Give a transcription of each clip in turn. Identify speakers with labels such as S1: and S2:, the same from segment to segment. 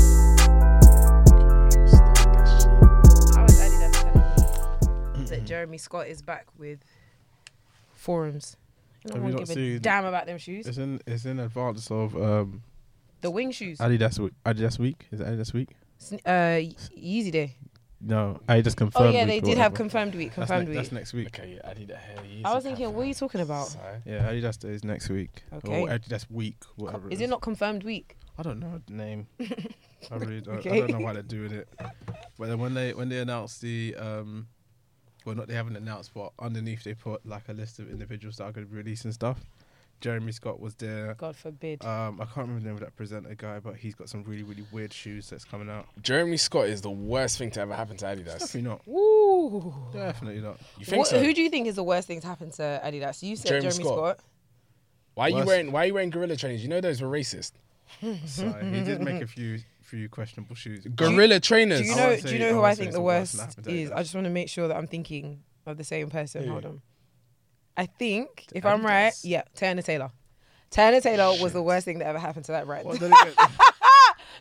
S1: Jeremy Scott is back with forums. I
S2: Have you
S1: don't
S2: not
S1: give a
S2: seen-
S1: damn about them shoes.
S2: It's in it's in advance of um,
S1: The wing shoes.
S2: Adidas week. Adidas week is it Adidas week?
S1: Sn- uh, Ye- Yeezy Day.
S2: No, I just confirmed.
S1: Oh yeah,
S2: week
S1: they
S2: or
S1: did have
S2: whatever.
S1: confirmed week.
S2: That's
S1: Confirmed
S2: ne- That's
S1: week.
S2: next week.
S3: Okay, yeah, I need a hair.
S1: I was thinking, what are you talking about?
S2: Yeah, Adidas Day is next week.
S1: Okay.
S2: Or Adidas week, whatever.
S1: Is it not confirmed week?
S2: I don't know the name. I really don't.
S1: Okay.
S2: I don't know why they're doing it. But then when they when they announced the um, well not they haven't announced, but underneath they put like a list of individuals that are going to be releasing stuff. Jeremy Scott was there.
S1: God forbid.
S2: Um, I can't remember the name of that presenter guy, but he's got some really really weird shoes that's coming out.
S3: Jeremy Scott is the worst thing to ever happen to Adidas.
S2: Definitely not.
S1: Woo.
S2: Definitely not.
S3: You think
S1: What-
S3: so?
S1: Who do you think is the worst thing to happen to Adidas? You said Jeremy,
S3: Jeremy
S1: Scott.
S3: Scott. why are you
S2: Worst.
S3: wearing Why are you wearing gorilla trainers? You know those were racist.
S2: So he did make a few few questionable shoes.
S3: Gorilla trainers.
S1: Do you
S2: I
S1: know?
S2: won't
S1: Do
S2: say-
S1: you know
S2: I
S1: who
S2: won't
S1: I
S2: say
S1: think
S2: it's
S1: the
S2: the worst
S1: worst
S2: thing that happened to
S1: is? I
S2: Adidas.
S1: just want to make sure that I'm thinking of the same person. Hold on. I think if I'm
S2: Adidas.
S1: right, yeah, Turner Taylor. Turner Taylor was the worst thing that ever happened to that right.
S2: Well, then again,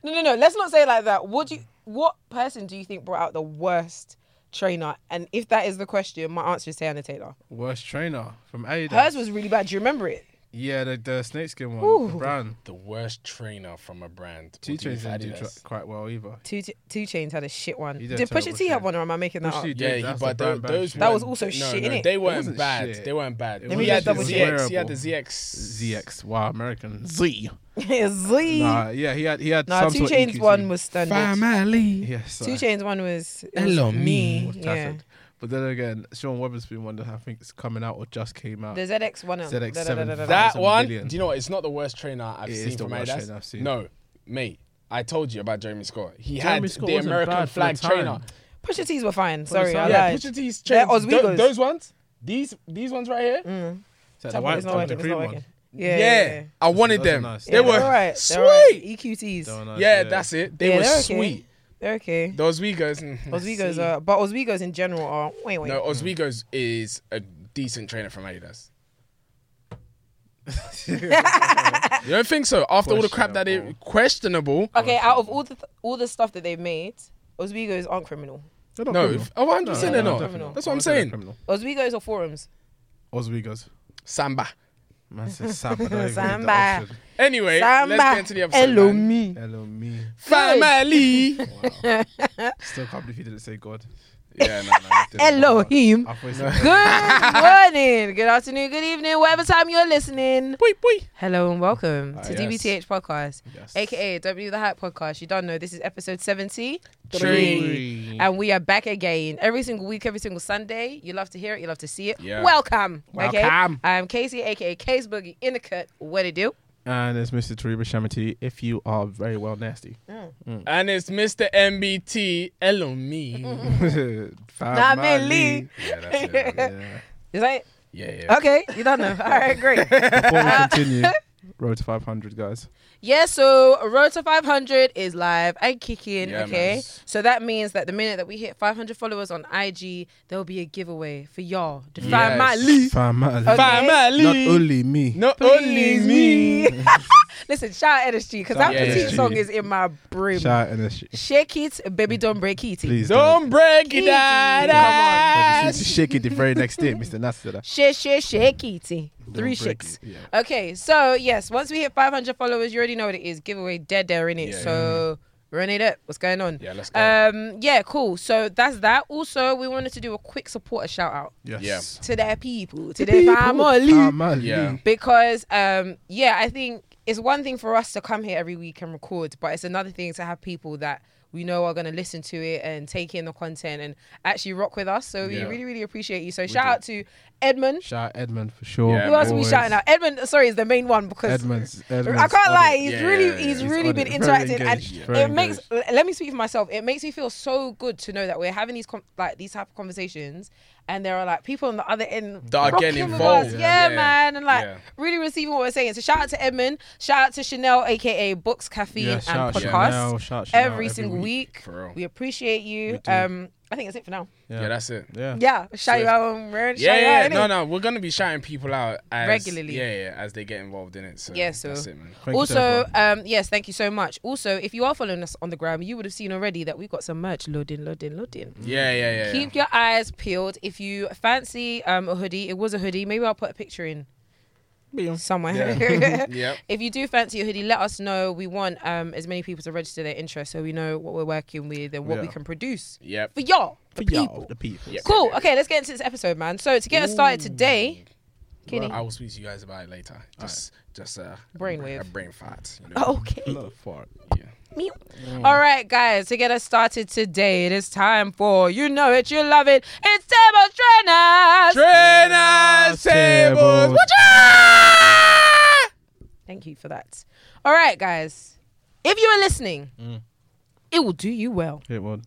S1: No, no, no. Let's not say it like that. What do you, what person do you think brought out the worst trainer? And if that is the question, my answer is Tiana Taylor.
S2: worst trainer from Adidas.
S1: Hers was really bad. Do you remember it?
S2: yeah, the, the snakeskin one, the
S1: Ooh.
S2: brown.
S3: the worst trainer from a brand.
S2: Two
S3: would be
S2: chains didn't do
S3: Adidas.
S2: tra- quite well either.
S1: Two Two Chains had a shit one.
S2: He did
S1: Did Pusha
S2: terrible
S1: T have
S2: shit.
S1: one, or am I making that
S2: Pusha
S1: up?
S2: T-
S3: yeah,
S2: Dude,
S3: he-
S2: that's
S3: but
S2: the
S3: tho-
S2: brand bad
S3: those
S2: shoe.
S1: That was
S3: weren't-
S1: also
S3: no,
S1: shit,
S3: no,
S1: innit?
S3: They
S2: wasn't
S3: weren't bad.
S2: shit.
S3: They weren't bad.
S2: It
S3: He
S2: was
S3: had the
S2: shit.
S3: ZX. He had the
S2: Wearable.
S3: ZX.
S2: ZX, wow, American Z.
S1: Z.
S2: Nah, yeah, he had he had
S1: Nah,
S2: some
S1: Two
S2: sort of E
S1: Chains
S2: EQT.
S1: one was standard.
S2: eh?
S3: Family.
S2: yes,
S1: Two Chains one was, it was
S3: Hello,
S1: me.
S3: me.
S2: was
S1: Yeah.
S2: tattered. But then again, Sean Weatherspoon one that I think is coming out or just came out.
S1: The ZX one.
S2: ZX7.
S3: That
S2: That was a
S3: one.
S2: million.
S3: Do you know what? It's not the worst trainer I've
S2: It is
S3: seen
S2: the
S3: from
S2: worst
S3: Adidas.
S2: trainer I've seen.
S3: No, mate. I told you about Jeremy Scott. He
S2: Jeremy
S3: had
S2: Scott
S3: the
S2: wasn't
S3: American
S2: bad for the
S3: flag
S2: time.
S3: trainer.
S1: Pusha T's were fine. Sorry, I
S2: side.
S3: Yeah,
S1: lied.
S3: Pusha T's
S1: They're
S3: trainers. tho-
S1: Oswego's.
S3: those ones. These these ones right here.
S2: Is that the
S1: Tap-
S2: white
S1: it's not
S2: one,
S1: working,
S2: the
S1: it's
S2: green
S1: not
S2: one.
S1: working.
S3: Yeah,
S1: Yeah, yeah, yeah.
S3: I wanted
S2: Those are
S3: them.
S2: nice.
S3: They
S1: Yeah,
S3: were
S1: they're alright,
S3: sweet.
S1: they're alright. EQTs.
S2: Don't know,
S3: Yeah, that's it. They
S1: Yeah,
S3: were
S1: they're okay.
S3: sweet.
S1: They're okay.
S3: The Oswego's. mm,
S1: Oswego's
S3: see.
S1: are, but Oswego's in general are wait wait.
S3: No, Oswego's is a decent trainer from Adidas. you don't think so? After all the crap that it questionable.
S1: okay, out of all the th- all the stuff that they've made, Oswego's aren't criminal.
S2: They're not
S3: No,
S2: criminal.
S3: if- oh, 100%
S2: No,
S3: they're
S2: no,
S3: not.
S2: definitely
S3: That's what I'm
S2: They're not
S3: saying.
S2: criminal.
S1: Oswego's are forums.
S2: Oswego's.
S3: Samba.
S2: Man says Samba. don't even give the
S1: Samba.
S2: option.
S3: Anyway,
S1: Samba.
S3: let's get into the episode.
S1: Hello
S3: man.
S1: me.
S2: Hello, me.
S3: Family.
S2: Still can't believe you didn't say God.
S3: yeah, no, no. you didn't.
S1: Elohim.
S2: I thought you said-
S1: Good morning, good afternoon, good evening, whatever time you're listening.
S3: Boy, boy.
S1: Hello and welcome
S3: Ah,
S1: to
S3: yes.
S1: DBTH Podcast,
S2: Yes.
S1: aka Don't Believe the Hype Podcast. You don't know this is episode seventy.
S3: Three.
S1: And we are back again every single week, every single Sunday. You love to hear it, you love to see it.
S3: Yeah.
S1: Welcome. Okay?
S3: Welcome.
S1: I'm Casey, aka Case Boogie in the cut. What it do?
S2: And it's Mr. Tariba Shamati. If you are very well nasty,
S3: And it's Mr. MBT. Hello, me.
S1: Nah,
S2: Nah,
S1: man, Lee.
S3: yeah, that's it. man.
S2: Yeah.
S1: Is that it?
S3: Yeah, yeah.
S1: Okay, you don't know. All right, great.
S2: Before we continue, road to 500, guys.
S1: Yeah, so Road to 500 is live and kicking.
S3: Yeah,
S1: okay,
S3: man.
S1: so that means that the minute that we hit 500 followers on IG, there will be a giveaway for y'all. The
S3: Yes.
S1: family.
S2: Family.
S3: Family.
S2: Not only me.
S3: Not only
S1: Please
S3: me.
S1: me. Listen, shout out NSG because that
S3: Shout out
S1: petite
S3: NSG.
S1: song is in my brain.
S2: Shout out NSG.
S1: Shake it, baby, don't break it.
S2: Please.
S3: Don't break
S1: Kitty,
S3: it out.
S1: come on.
S2: Don't. Shake it the very next day, Mr. Nasser.
S1: Shake, shake, shake it. Three
S2: break
S1: shakes.
S2: it,
S1: Okay, so yes, once we hit 500 followers, you already know what it is. Giveaway dead there in it.
S3: Yeah.
S1: so run it up. What's going on?
S3: Yeah, let's go.
S1: Um, yeah, cool. So that's that. Also, we wanted to do a quick supporter shout out
S2: Yes.
S1: to their people, to their family,
S2: Family.
S3: Yeah.
S1: because um, yeah, I think it's one thing for us to come here every week and record, but it's another thing to have people that we know are going to listen to it and take in the content and actually rock with us. So
S3: Yeah.
S1: we really, really appreciate you. So shout out to Edmund.
S2: Shout out Edmund for sure.
S3: Yeah,
S1: Who else are we
S2: Always.
S1: shouting out? Edmund, sorry, is the main one because
S2: Edmund's,
S1: I
S2: Edmund's
S1: can't
S2: on
S1: lie.
S2: it.
S1: He's
S3: Yeah,
S1: really,
S3: yeah, yeah.
S1: he's,
S2: He's
S1: really
S2: on
S1: been
S2: it. Very
S1: interacting,
S2: engaged.
S1: and
S2: Very
S1: it makes. l- Let me speak for myself. It makes me feel so good to know that we're having these com- like these type of conversations, and there are like people on the other end
S3: That are getting
S1: rocking with
S3: involved.
S1: us. Yeah,
S3: Yeah.
S1: man, and like
S3: Yeah.
S1: really receiving what we're saying. So shout out to Edmund. Shout out to Chanel, aka Books, Caffeine,
S2: Yeah,
S1: and
S2: shout out
S1: Podcast.
S2: Chanel, shout out Chanel
S1: every, single week,
S3: For real.
S1: we appreciate you.
S2: do.
S1: Um, I think that's it for now.
S3: Yeah, that's it.
S2: yeah.
S1: Yeah, shout you
S3: Swift.
S1: out, um, Ren, shout
S3: Yeah,
S1: you
S3: yeah,
S1: out,
S3: no,
S1: innit?
S3: no, we're gonna be shouting people out as,
S1: Regularly.
S3: Yeah, yeah, as they get involved in it. So
S1: Yeah, so-
S3: that's it, man.
S2: Thank you to
S1: Also,
S2: everyone.
S1: um, yes, thank you so much. Also, if you are following us on the gram, you would have seen already that we've got some merch loading, loading, loading.
S3: Yeah, yeah, yeah.
S1: Keep your eyes peeled. If you fancy um, a hoodie, it was a hoodie. Maybe I'll put a picture in somewhere.
S3: yeah. Yep.
S1: If you do fancy a hoodie, let us know. We want um, as many people to register their interest so we know what we're working with and what we
S2: Yeah.
S1: can produce
S3: Yep.
S1: for y'all, the
S2: for
S1: people.
S2: y'all, the people.
S3: Yep.
S1: Cool. Okay, let's get into this episode, man. So to get us started today, Kenny.
S3: I will speak to you guys about it later. Just, just uh,
S1: Brainwave.
S3: a brain fart. You know?
S1: okay.
S2: Love fart.
S3: Yeah.
S1: Meow.
S2: Mm.
S1: All right, guys, to get us started today, it is time for you know it, you love it. It's Table Trainers.
S3: Trainers,
S2: tables.
S3: tables.
S1: Thank you for that. All right, guys, if you are listening,
S2: Mm.
S1: it will do you well
S2: It would.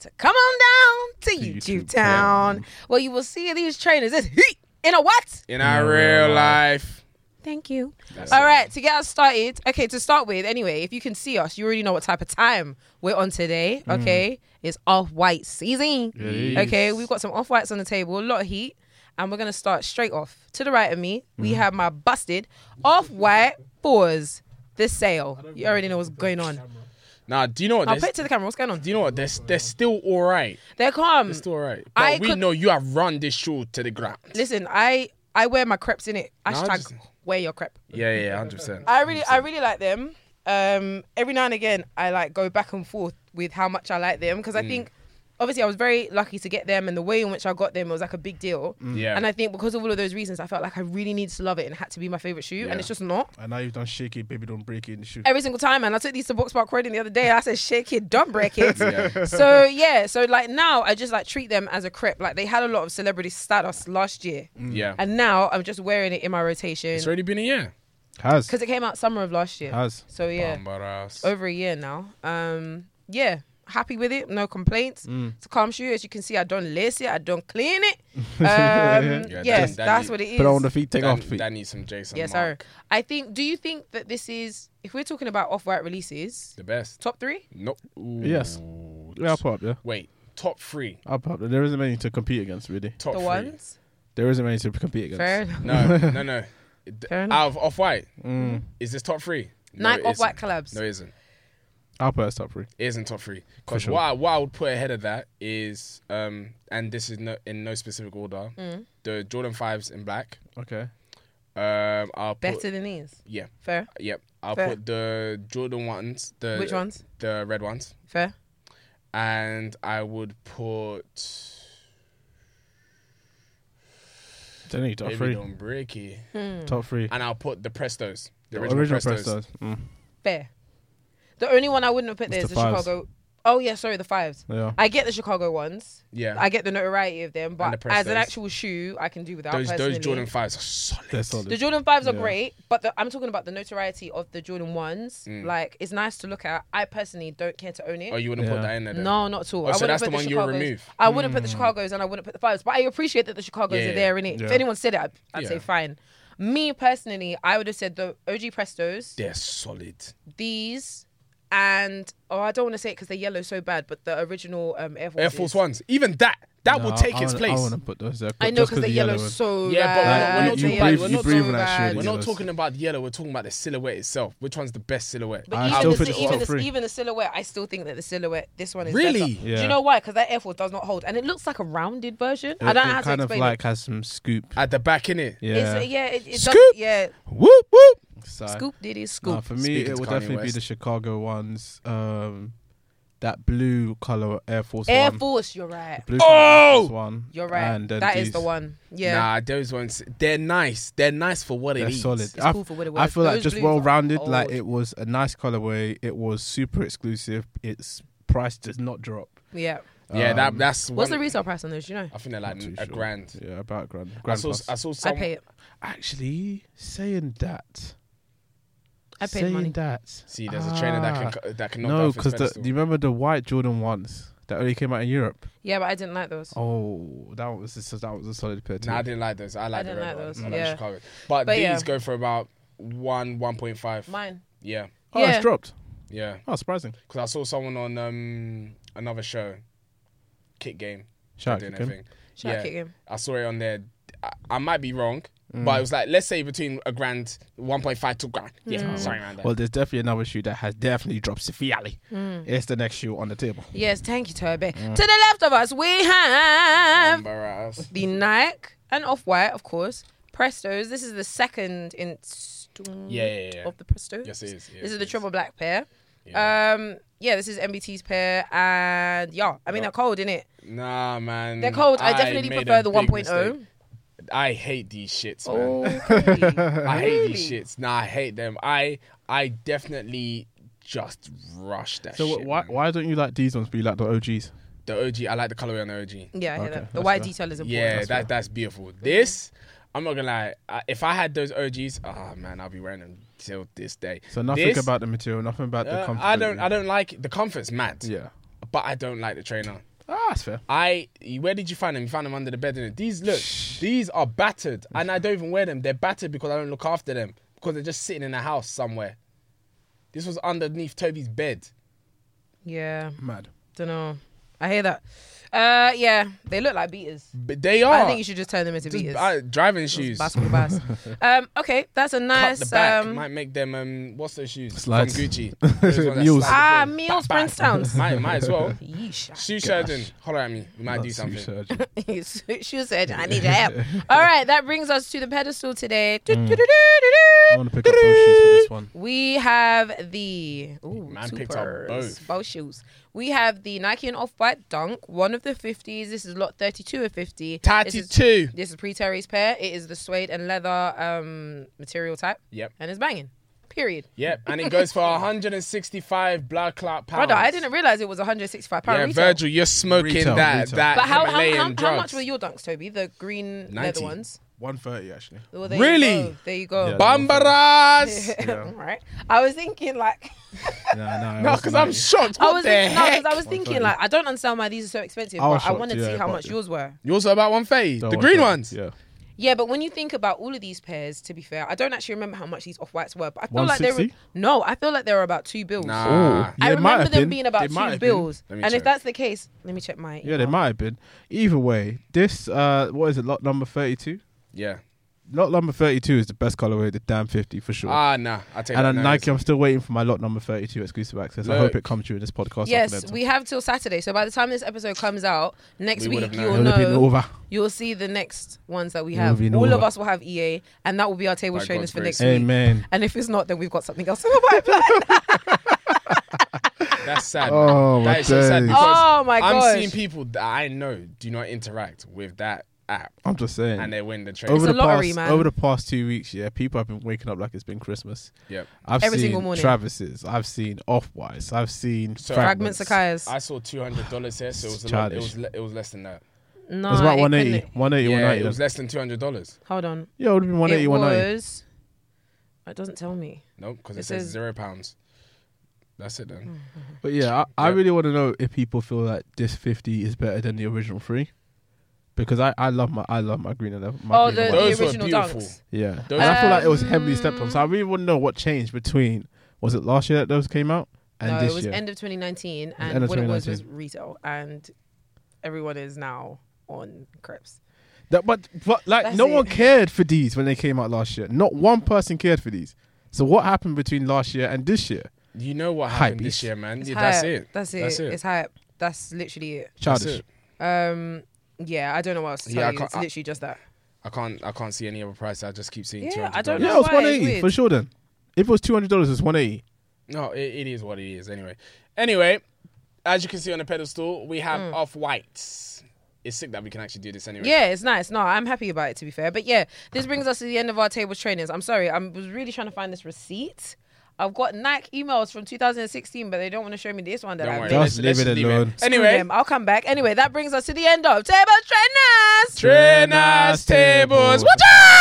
S1: to come on down to
S2: To
S1: YouTube,
S2: YouTube
S1: Town,
S2: Town.
S1: where you will see these trainers. It's heat in a what?
S3: In our real life.
S1: Thank you.
S3: That's
S1: All
S3: it.
S1: right, to get us started, okay, to start with, anyway, if you can see us, you already know what type of time we're on today, okay? It's off white season.
S2: Yes.
S1: Okay, we've got some off whites on the table, a lot of heat, and we're gonna start straight off. To the right of me, we have my busted off white fours. This sale, you already know what's going on.
S3: Now, do you know what?
S1: I'll
S3: this-
S1: put it to the camera. What's going on?
S3: do you know what? They're, they're still all right.
S1: They're calm.
S3: They're still all right. But
S1: I
S3: we
S1: could-
S3: know you have run this show to the ground.
S1: Listen, I I wear my crepes in it.
S3: No, I
S1: Hashtag
S3: just-
S1: wear your crepe.
S3: Yeah, yeah, yeah, 100%.
S1: I really, I really like them. Um, every now and again, I like go back and forth with how much I like them because
S3: Mm.
S1: I think, obviously, I was very lucky to get them, and the way in which I got them was like a big deal.
S3: Yeah.
S1: And I think because of all of those reasons, I felt like I really needed to love it and it had to be my favorite shoe, and
S3: Yeah.
S1: it's just not.
S2: And now you've done shaky, baby, don't break it in the shoe.
S1: Every single time, and I took these to Box Park Croydon the other day. I said, "Shake it, don't break it." So yeah, so like now, I just like treat them as a crepe. Like they had a lot of celebrity status last year,
S3: yeah.
S1: and now I'm just wearing it in my rotation
S3: Mm. It's already been a year.
S2: Has.
S1: because it came out summer of last year.
S2: Has.
S1: So yeah,
S3: Bambaras.
S1: over a year now. Um, yeah, happy with it. No complaints.
S2: Mm.
S1: It's a calm shoe, as you can see. I don't lace it. I don't clean it. Um,
S3: Yeah,
S1: yes,
S3: that- that
S1: that's
S3: need-
S1: what it is.
S2: Put it on the feet, take
S3: that,
S2: off the feet.
S3: that needs some Jason.
S1: yes, sir.
S3: Mark.
S1: I think. Do you think that this is? If we're talking about off-white releases,
S3: The best.
S1: top three.
S3: Nope.
S2: Yes. yeah, I'll put up, yeah.
S3: Wait, top three.
S2: I'll put up. There isn't many to compete against, really.
S3: Top
S1: the
S3: three.
S1: ones.
S2: There isn't many to compete against.
S1: Fair enough.
S3: No, no, no.
S1: Fair enough.
S3: Out of off white. Is this top three? No,
S1: Nike
S3: it
S1: off-white
S3: isn't.
S1: collabs.
S3: No, it isn't.
S2: I'll put us top three.
S3: It isn't top three. Because
S2: sure.
S3: what, I, what I would put ahead of that is, um, and this is no, in no specific order,
S1: Mm.
S3: the Jordan 5s in black.
S2: Okay.
S3: Um, I'll put,
S1: Better than these.
S3: Yeah,
S1: Fair.
S3: yep. I'll
S1: Fair.
S3: put the Jordan ones. The,
S1: Which ones?
S3: The red ones.
S1: Fair.
S3: And I would put.
S2: Don't need top
S3: Baby
S2: three.
S3: Don't break it.
S1: Hmm.
S2: Top three.
S3: And I'll put the Prestos. The
S2: The
S3: original, Prestos.
S2: Mm.
S1: Fair. The only one I wouldn't have put there is
S2: It's
S1: the,
S2: the fives.
S1: Chicago. Oh yeah, sorry, the fives.
S2: Yeah.
S1: I get the Chicago ones.
S3: Yeah.
S1: I get the notoriety of them, but
S3: the
S1: as an
S3: Prestos.
S1: actual shoe, I can do without.
S3: those those
S1: personally.
S3: Jordan 5s are solid.
S2: They're solid.
S1: The Jordan fives are
S2: Yeah.
S1: great, but the, I'm talking about the notoriety of the Jordan ones. Like it's nice to look at. I personally don't care to own it.
S3: Mm. Oh, you wouldn't put
S2: Yeah.
S3: that in there then?
S1: no, not at all.
S3: Oh,
S1: I
S3: so
S1: wouldn't
S3: that's
S1: put
S3: the one you'll
S1: Chicagos-
S3: remove. Mm.
S1: I wouldn't put the Chicago's and I wouldn't put the fives, but I appreciate that the Chicago's
S3: Yeah.
S1: are there in it. If
S2: Yeah.
S1: anyone said it, I'd, I'd say
S3: Yeah.
S1: fine. Me personally, I would have said the OG Prestos,
S3: They're solid.
S1: these, and oh, I don't want to say it because they're yellow so bad, but the original um, Air Force.
S3: Air Force Ones. Even that. That will
S2: No,
S3: take
S2: I
S3: its
S2: wanna-
S3: place.
S2: I want to put those there.
S1: I know
S2: just
S1: because the
S2: the
S1: yellow
S2: one.
S1: so
S3: Yeah, but
S1: bad.
S2: we're not- Like, you- you
S1: Yeah,
S2: breathe-
S1: we're
S2: you
S1: not
S2: breathe
S1: so
S2: on that shit,
S1: bad.
S3: We're
S2: Yeah,
S3: not
S2: that's-
S3: talking about the yellow. We're talking about the silhouette itself. Which one's the best silhouette?
S1: But
S2: I
S1: even,
S2: still
S1: the,
S2: think it's
S1: even,
S2: top
S1: the,
S2: three.
S1: even the silhouette, I still think that the silhouette, this one is
S3: Really?
S1: better. Do
S2: Yeah.
S1: you know why? Because that Air Force does not hold, and it looks like a rounded version. I don't know how to
S2: kind of
S1: explain
S2: like has some scoop.
S3: At the back, innit?
S1: it.
S2: Yeah.
S1: It's, yeah, it, it does.
S3: Scoop.
S1: Yeah,
S3: Whoop, whoop.
S2: Side.
S1: scoop did it, scoop.
S2: Nah, for me,
S3: Speaking
S2: it
S3: to
S2: would
S3: Kanye
S2: definitely be
S3: West.
S2: the Chicago ones. Um, that blue color Air Force
S1: Air
S2: One.
S1: Force, you're right.
S2: Blue colour Air
S3: Oh!
S2: Force one.
S1: You're right.
S2: And then
S1: That is
S2: these.
S1: the one. Yeah.
S3: Nah, those ones, they're nice. They're nice for what
S2: They're
S3: it is.
S2: solid.
S1: It's
S2: I,
S1: cool for what it
S2: I
S1: was.
S2: feel like
S1: Those
S2: just
S1: blues are
S2: well rounded. Like
S1: old.
S2: it was a nice colorway. It was super exclusive. Its price does not drop.
S1: Yeah.
S3: Yeah,
S2: Um,
S3: that, that's
S1: What's
S3: one-
S1: the retail price on those? do You know,
S3: I think they're
S2: Not
S3: like
S2: too
S3: a
S2: sure.
S3: grand.
S2: Yeah, about a grand.
S3: I
S2: Grand
S3: saw,
S2: plus.
S3: I saw
S1: I
S3: some.
S1: pay it.
S2: Actually, saying that.
S1: I paid
S2: saying
S1: money.
S2: that.
S3: See, there's a trainer that
S2: ah,
S3: can co- that can knock
S2: No,
S3: off his
S2: because do
S3: pedestal.
S2: you remember the white Jordan ones that only came out in Europe?
S1: Yeah, but I didn't like those.
S2: Oh, that was a, that was a solid pair. too.
S3: Nah, I didn't like those. I like the
S1: didn't
S3: red
S1: like
S3: ones.
S1: those,
S3: I
S1: yeah.
S3: like Chicago. But,
S1: But
S3: these
S1: yeah.
S3: go for about one, one point five.
S1: Mine.
S3: Yeah,
S2: oh,
S1: Yeah.
S2: it's dropped.
S3: yeah.
S2: Oh, surprising.
S3: Because I saw someone on um another show. Kick Game.
S2: Shout out
S3: doing
S2: Kick
S3: their
S2: Game.
S3: thing.
S1: Shout out
S3: Yeah.
S1: Kick Game.
S3: I saw it on there. I, I might be wrong,
S2: Mm.
S3: but it was like let's say between a grand, one point five to grand. Yeah,
S1: Mm.
S3: sorry, around that.
S2: Well, there's definitely another shoe that has definitely dropped severely.
S1: Mm.
S2: It's the next shoe on the table.
S1: Yes, thank you, Turbe.
S2: Mm.
S1: To the left of us, we have
S3: Embarrass.
S1: the Nike and Off White, of course. Prestos. This is the second installment
S3: Yeah, yeah, yeah.
S1: of the Prestos.
S3: Yes, it is. Yes,
S1: this is
S3: it
S1: the
S3: is.
S1: triple black pair.
S3: Yeah.
S1: Um, yeah, this is MBT's pair, and yeah, I mean
S3: Yeah.
S1: they're cold, innit?
S3: Nah, man.
S1: They're cold. I definitely
S3: made
S1: prefer
S3: a
S1: the oh.
S3: big
S1: 1.0.
S3: mistake. I hate these shits, man.
S2: Oh.
S1: Okay.
S3: I hate these
S1: Oh, Really?
S3: shits. Nah, I hate them. I I definitely just rushed that.
S2: So wh-
S3: shit,
S2: why
S3: man.
S2: why don't you like these ones? But you like the OGs.
S3: the OG? I like the colorway on the OG.
S1: yeah, I hear
S2: Okay,
S1: that. The
S2: that's
S1: white
S2: fair.
S1: detail is important.
S3: Yeah, that that's beautiful. This, I'm not gonna lie. I, if I had those OGs, oh man, I'll be wearing them till this day.
S2: So nothing
S3: This,
S2: about the material, nothing about the
S3: uh,
S2: comfort.
S3: I don't. I don't like the comfort's mad.
S2: Yeah.
S3: But I don't like the trainer.
S2: Ah, that's fair.
S3: I where did you find them? You found them under the bed. Innit? These look, these are battered, and I don't even wear them. They're battered because I don't look after them because they're just sitting in a house somewhere. This was underneath Toby's bed.
S1: yeah,
S2: Mad.
S1: don't know. I hear that. Uh, yeah, they look like beaters.
S3: But they are.
S1: I think you should just turn them into
S3: Ah. Just,
S1: beaters.
S3: uh, driving
S1: Those
S3: shoes.
S1: Basketball bars. um, okay, that's a
S3: Cut
S1: nice.
S3: the back
S1: um,
S3: might make them. Um, what's those shoes?
S2: Slides.
S3: From Gucci. Those ones that
S2: Mules.
S3: slide
S1: ah,
S3: before.
S1: meals,
S3: Back,
S1: Prince Towns.
S3: Might might as well.
S1: Yeesh.
S3: Shoe surgeon, holler at me. We might do something.
S1: she said, "I need your help." All right, that brings us to the pedestal
S3: Mm.
S1: today. Do, do, do, do, do,
S2: I
S1: do.
S2: want to pick up those shoes for this one.
S1: We have the ooh,
S3: Man picked up
S1: supers,
S3: both.
S1: shoes. We have the Nike and Off White Dunk, one of the fifties. This is lot thirty-two of fifty. This is-
S3: Tattoo.
S1: This is pre Terry's pair. It is the suede and leather um, material type,
S3: Yep,
S1: and it's banging. Period.
S3: yep. And it goes for 165 blood clot pounds.
S1: Brother, I didn't realize it was one hundred sixty-five pound
S3: Oh, Yeah,
S1: retail.
S3: Virgil, you're smoking
S2: Retail,
S3: that
S2: retail.
S3: that
S1: But how, how,
S3: Himalayan
S1: how, how
S3: drugs.
S1: much were your dunks, Toby? The green leather
S3: 90.
S1: ones.
S2: One thirty actually.
S1: Well, there
S3: Really?
S1: You go. There you go.
S2: Yeah.
S3: Bambaras.
S2: Yeah.
S1: All right. I was thinking like
S2: Nah,
S3: no, because I'm shocked. What
S1: I was
S3: the
S1: thinking, no,
S3: heck?
S1: 'cause I was thinking like I don't understand why these are so expensive,
S2: I was
S1: but I want to
S2: shocked, yeah,
S1: see how
S2: but-
S1: much yours were.
S3: You also about 130. The green ones.
S2: Yeah.
S1: Yeah, but when you think about all of these pairs, to be fair, I don't actually remember how much these off whites were, but I feel like they were
S2: 160?
S1: no, I feel like they were about two bills.
S3: Nah.
S2: Oh,
S3: Ah.
S1: I
S2: yeah, it might
S1: remember
S2: have
S1: them
S2: been.
S1: being
S2: They
S1: about
S2: might
S1: two
S2: have been.
S1: bills.
S3: Let
S1: And
S3: me
S1: if
S3: check.
S1: that's the case, let me check my.
S2: Yeah, they
S1: email.
S2: might have been. Either way, this uh, what is it? Lot number thirty-two.
S3: Yeah.
S2: Lot number thirty-two is the best colorway of the damn fifty for sure.
S3: Ah, nah. I take
S2: and
S3: that.
S2: on
S3: No,
S2: Nike,
S3: it's-
S2: I'm still waiting for my lot number thirty-two exclusive access. I
S3: Look.
S2: hope it comes during this podcast.
S1: Yes, we have till Saturday. So by the time this episode comes out next
S3: We would
S1: week,
S3: have known.
S1: you'll
S2: It'll have been
S1: know.
S2: over.
S1: You'll see the next ones that we
S2: It'll
S1: have.
S2: have been
S1: All of
S2: over.
S1: us will have EA, and that will be our table
S3: By
S1: trainers
S3: God's
S1: for
S3: grace.
S1: next week.
S2: Amen.
S1: And if it's not, then we've got something else in the pipeline.
S3: That's sad.
S2: Oh, my
S3: that is so sad
S2: days.
S3: because
S1: Oh, my gosh.
S3: I'm seeing people that I know do not interact with that app,
S2: I'm just saying.
S3: and they win the trade.
S2: over
S1: It's a
S2: the
S1: lottery,
S2: past,
S1: man.
S2: Over the past two weeks, yeah, people have been waking up like it's been Christmas.
S3: Yep.
S2: I've
S1: Every
S2: seen
S1: single morning.
S2: Travis's. I've seen Off Whites. I've seen
S3: So-
S1: Fragments
S2: Fragments.
S1: of Kaya's.
S3: I saw two hundred dollars here, so it was a lot, it
S2: Childish.
S3: was le- it was less than that.
S1: No,
S2: It was about
S1: it
S2: 180,
S1: couldn't-
S2: 180,
S3: Yeah,
S2: 180.
S3: it was less than two hundred dollars.
S1: Hold on.
S2: yeah, it would have been 180,
S1: it
S2: 190.
S1: was. It doesn't tell me.
S3: No, because it,
S1: It
S3: says
S1: says-
S3: zero pounds. That's it
S1: Hmm.
S3: then.
S2: But yeah, I, I
S3: Yeah.
S2: really want to know if people feel that this 50 is better than the original three, because I, I love my I love my green and leather- my
S1: Oh,
S2: green
S1: the,
S2: and
S3: Those
S2: white.
S1: the
S3: were
S1: original
S3: beautiful.
S1: dunks.
S2: yeah.
S3: those-
S2: and I feel like it was heavily
S1: Um,
S2: stepped on. So I really want to know what changed between was it last year that those came out and
S1: no,
S2: this
S1: it was
S2: year.
S1: end of 2019, and
S2: end of
S1: what it was was retail, and everyone is now on crepes.
S2: That, but, but like
S1: That's
S2: no
S1: it.
S2: one cared for these when they came out last year. Not one person cared for these. So what happened between last year and this year?
S3: You know what
S2: Hype
S3: happened this
S2: beast.
S3: year, man?
S1: It's
S3: Yeah, that's
S1: hype.
S3: it.
S1: That's it.
S3: That's it.
S1: It's hype. That's literally it.
S3: That's
S2: Childish.
S3: it.
S1: Um, yeah, I don't know what else to
S3: Yeah,
S1: tell
S3: I
S1: you.
S3: can't-
S1: It's literally just that.
S3: I can't I can't see any other price. I just keep seeing
S1: Yeah,
S3: two hundred.
S1: I don't
S2: Yeah,
S1: know
S2: it was
S1: why it's
S2: one eighty for
S1: weird.
S2: sure. Then, if it was two hundred dollars, it's one eighty.
S3: No, it, it is what it is. Anyway, anyway, as you can see on the pedestal, we have
S1: Hmm.
S3: off whites. It's sick that we can actually do this anyway.
S1: Yeah, it's nice. No, I'm happy about it to be fair. But yeah, this brings us to the end of our table trainers. I'm sorry, I am was really trying to find this receipt. I've got Nike emails from 2016, but they don't want to show me this one that
S3: Don't
S1: I
S3: worry.
S1: made.
S2: Just
S3: let's- let's
S2: leave it alone.
S1: Screw
S3: Anyway,
S1: them. I'll come back. Anyway, that brings us to the end of table trainers.
S3: trainers tables.
S2: Tables.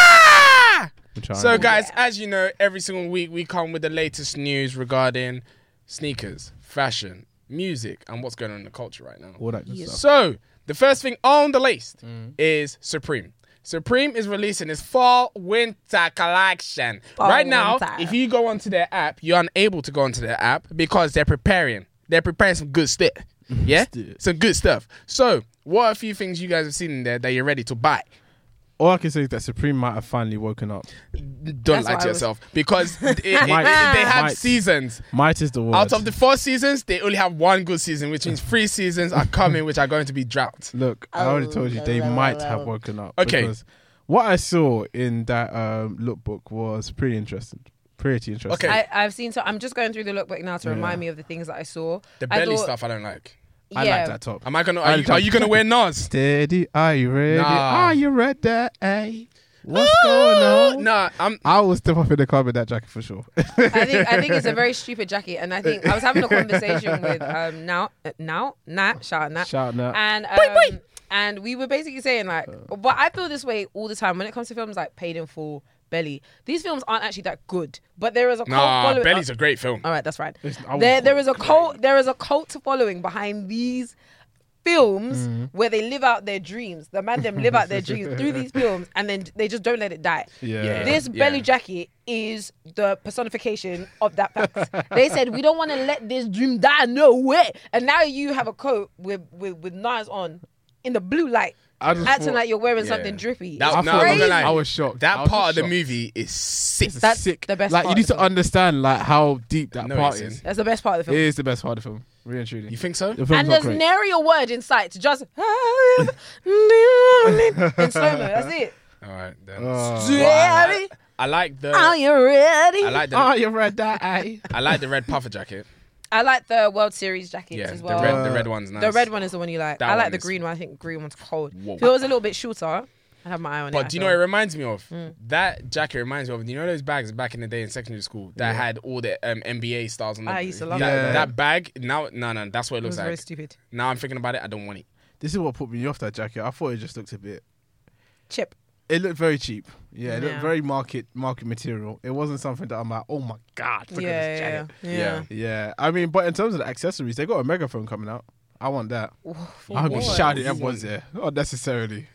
S3: Watcha!
S2: We're trying.
S3: So, guys, as you know, every single week we come with the latest news regarding sneakers, fashion, music, and what's going on in the culture right now.
S2: all that good stuff.
S3: So, the first thing on the list
S2: Mm.
S3: is Supreme. Supreme is releasing its fall winter collection.
S1: Fall
S3: right now,
S1: winter.
S3: if you go onto their app, you're unable to go onto their app because they're preparing. They're preparing some good stuff. Yeah?
S2: do it.
S3: Some good stuff. So, what are a few things you guys have seen in there that you're ready to buy?
S2: All I can say is that Supreme might have finally woken up.
S3: Don't
S1: That's
S3: lie
S1: what
S3: to
S1: I was-
S3: yourself because it, it-
S2: Might.
S3: they have
S2: Might.
S3: seasons.
S2: Might is the word.
S3: Out of the four seasons, they only have one good season, which means three seasons are coming, which are going to be drought.
S2: Look, I already
S1: Oh,
S2: told you
S1: no,
S2: they
S1: no, no,
S2: might
S1: no.
S2: have woken up.
S3: Okay.
S2: Because what I saw in that um, lookbook was pretty interesting. Pretty interesting.
S3: Okay.
S1: I, I've seen. So I'm just going through the lookbook now to
S2: Yeah.
S1: remind me of the things that I saw.
S3: The
S1: I
S3: belly
S1: thought-
S3: stuff I don't like.
S2: I
S1: yeah.
S2: like that top.
S3: Am I gonna?
S2: I
S3: Are you, are
S2: don't-
S3: you gonna wear Nas?
S2: Steady, are you ready?
S3: Nah.
S2: Are you ready? What's going on?
S3: Nah, I'm.
S2: I will step up in the car with that jacket for sure.
S1: I think I think it's a very stupid jacket, and I think I was having a conversation with um now uh, now Nat shout out Nat
S2: Shout out Nat. Uh.
S1: and um, and we were basically saying like, but I feel this way all the time when it comes to films like Paid in Full, Belly. These films aren't actually that good, but there is a cult
S3: Nah,
S1: following. Uh,
S3: Belly's a great film.
S1: all right, that's right.
S2: I would
S1: There, there
S2: call
S1: is a cult. There is a cult following behind these films
S2: Mm-hmm.
S1: where they live out their dreams. The man them live out their dreams through these films, and then they just don't let it die.
S2: Yeah.
S1: This
S3: Yeah.
S1: belly jacket is the personification of that fact. they said we don't want to let this dream die. No way. And now you have a coat with with, with Nas on in the blue light,
S2: I just
S1: acting
S2: thought-
S1: like you're wearing
S3: Yeah.
S1: something drippy.
S3: That,
S2: I thought-
S3: nah, I'm not gonna
S1: Crazy.
S3: lie.
S2: I was shocked.
S3: That
S2: I was
S3: part of the
S2: shocked.
S3: movie is sick.
S1: That's the best
S2: Like
S1: part
S2: you need
S1: of
S2: to
S1: the film.
S2: understand like how deep that
S3: No, it
S2: part
S3: isn't.
S2: is.
S1: That's the best part of the
S2: It
S1: film.
S2: is the best part of the film. Really and truly.
S3: You think so?
S2: The film's
S1: and
S2: not
S1: there's
S2: great.
S1: nary a word in sight. Just in slow mo. That's it.
S3: All right. Then.
S2: Uh,
S1: Jerry,
S3: I, like, I like
S1: are
S3: the.
S1: you ready?
S3: I like
S2: Are
S3: the.
S2: you ready? Aye.
S3: I like the red puffer jacket.
S1: I like the World Series jackets
S3: Yeah,
S1: as
S3: the
S1: well.
S3: red,
S2: Uh,
S3: the red one's nice.
S1: The red one is the one you like. I
S3: That one
S1: like the
S3: is-
S1: green one. I think green one's cold.
S3: Whoa.
S1: If it was a little bit shorter, I'd have my eye on it.
S3: But
S1: I
S3: do you know what
S1: feel.
S3: it reminds me of?
S1: Mm.
S3: That jacket reminds me of you know those bags back in the day in secondary school that had all the um, NBA stars on them.
S1: I used to love
S3: that,
S2: that.
S3: that bag. Now, no, no, that's what it
S1: It
S3: looks
S1: was
S3: like.
S1: very stupid.
S3: Now I'm thinking about it. I don't want it.
S2: This is what put me off that jacket. I thought it just looked a bit.
S1: Chip.
S2: It looked very cheap. Yeah, it looked
S1: Yeah.
S2: very market market material. It wasn't something that I'm like, oh my god, look at this
S1: Yeah,
S2: jacket.
S1: yeah,
S3: Yeah.
S1: yeah.
S2: Yeah, I mean, but in terms of the accessories, they got a megaphone coming out. I want that.
S1: For
S2: I'll be
S1: what?
S2: shouting at everyone's there, unnecessarily.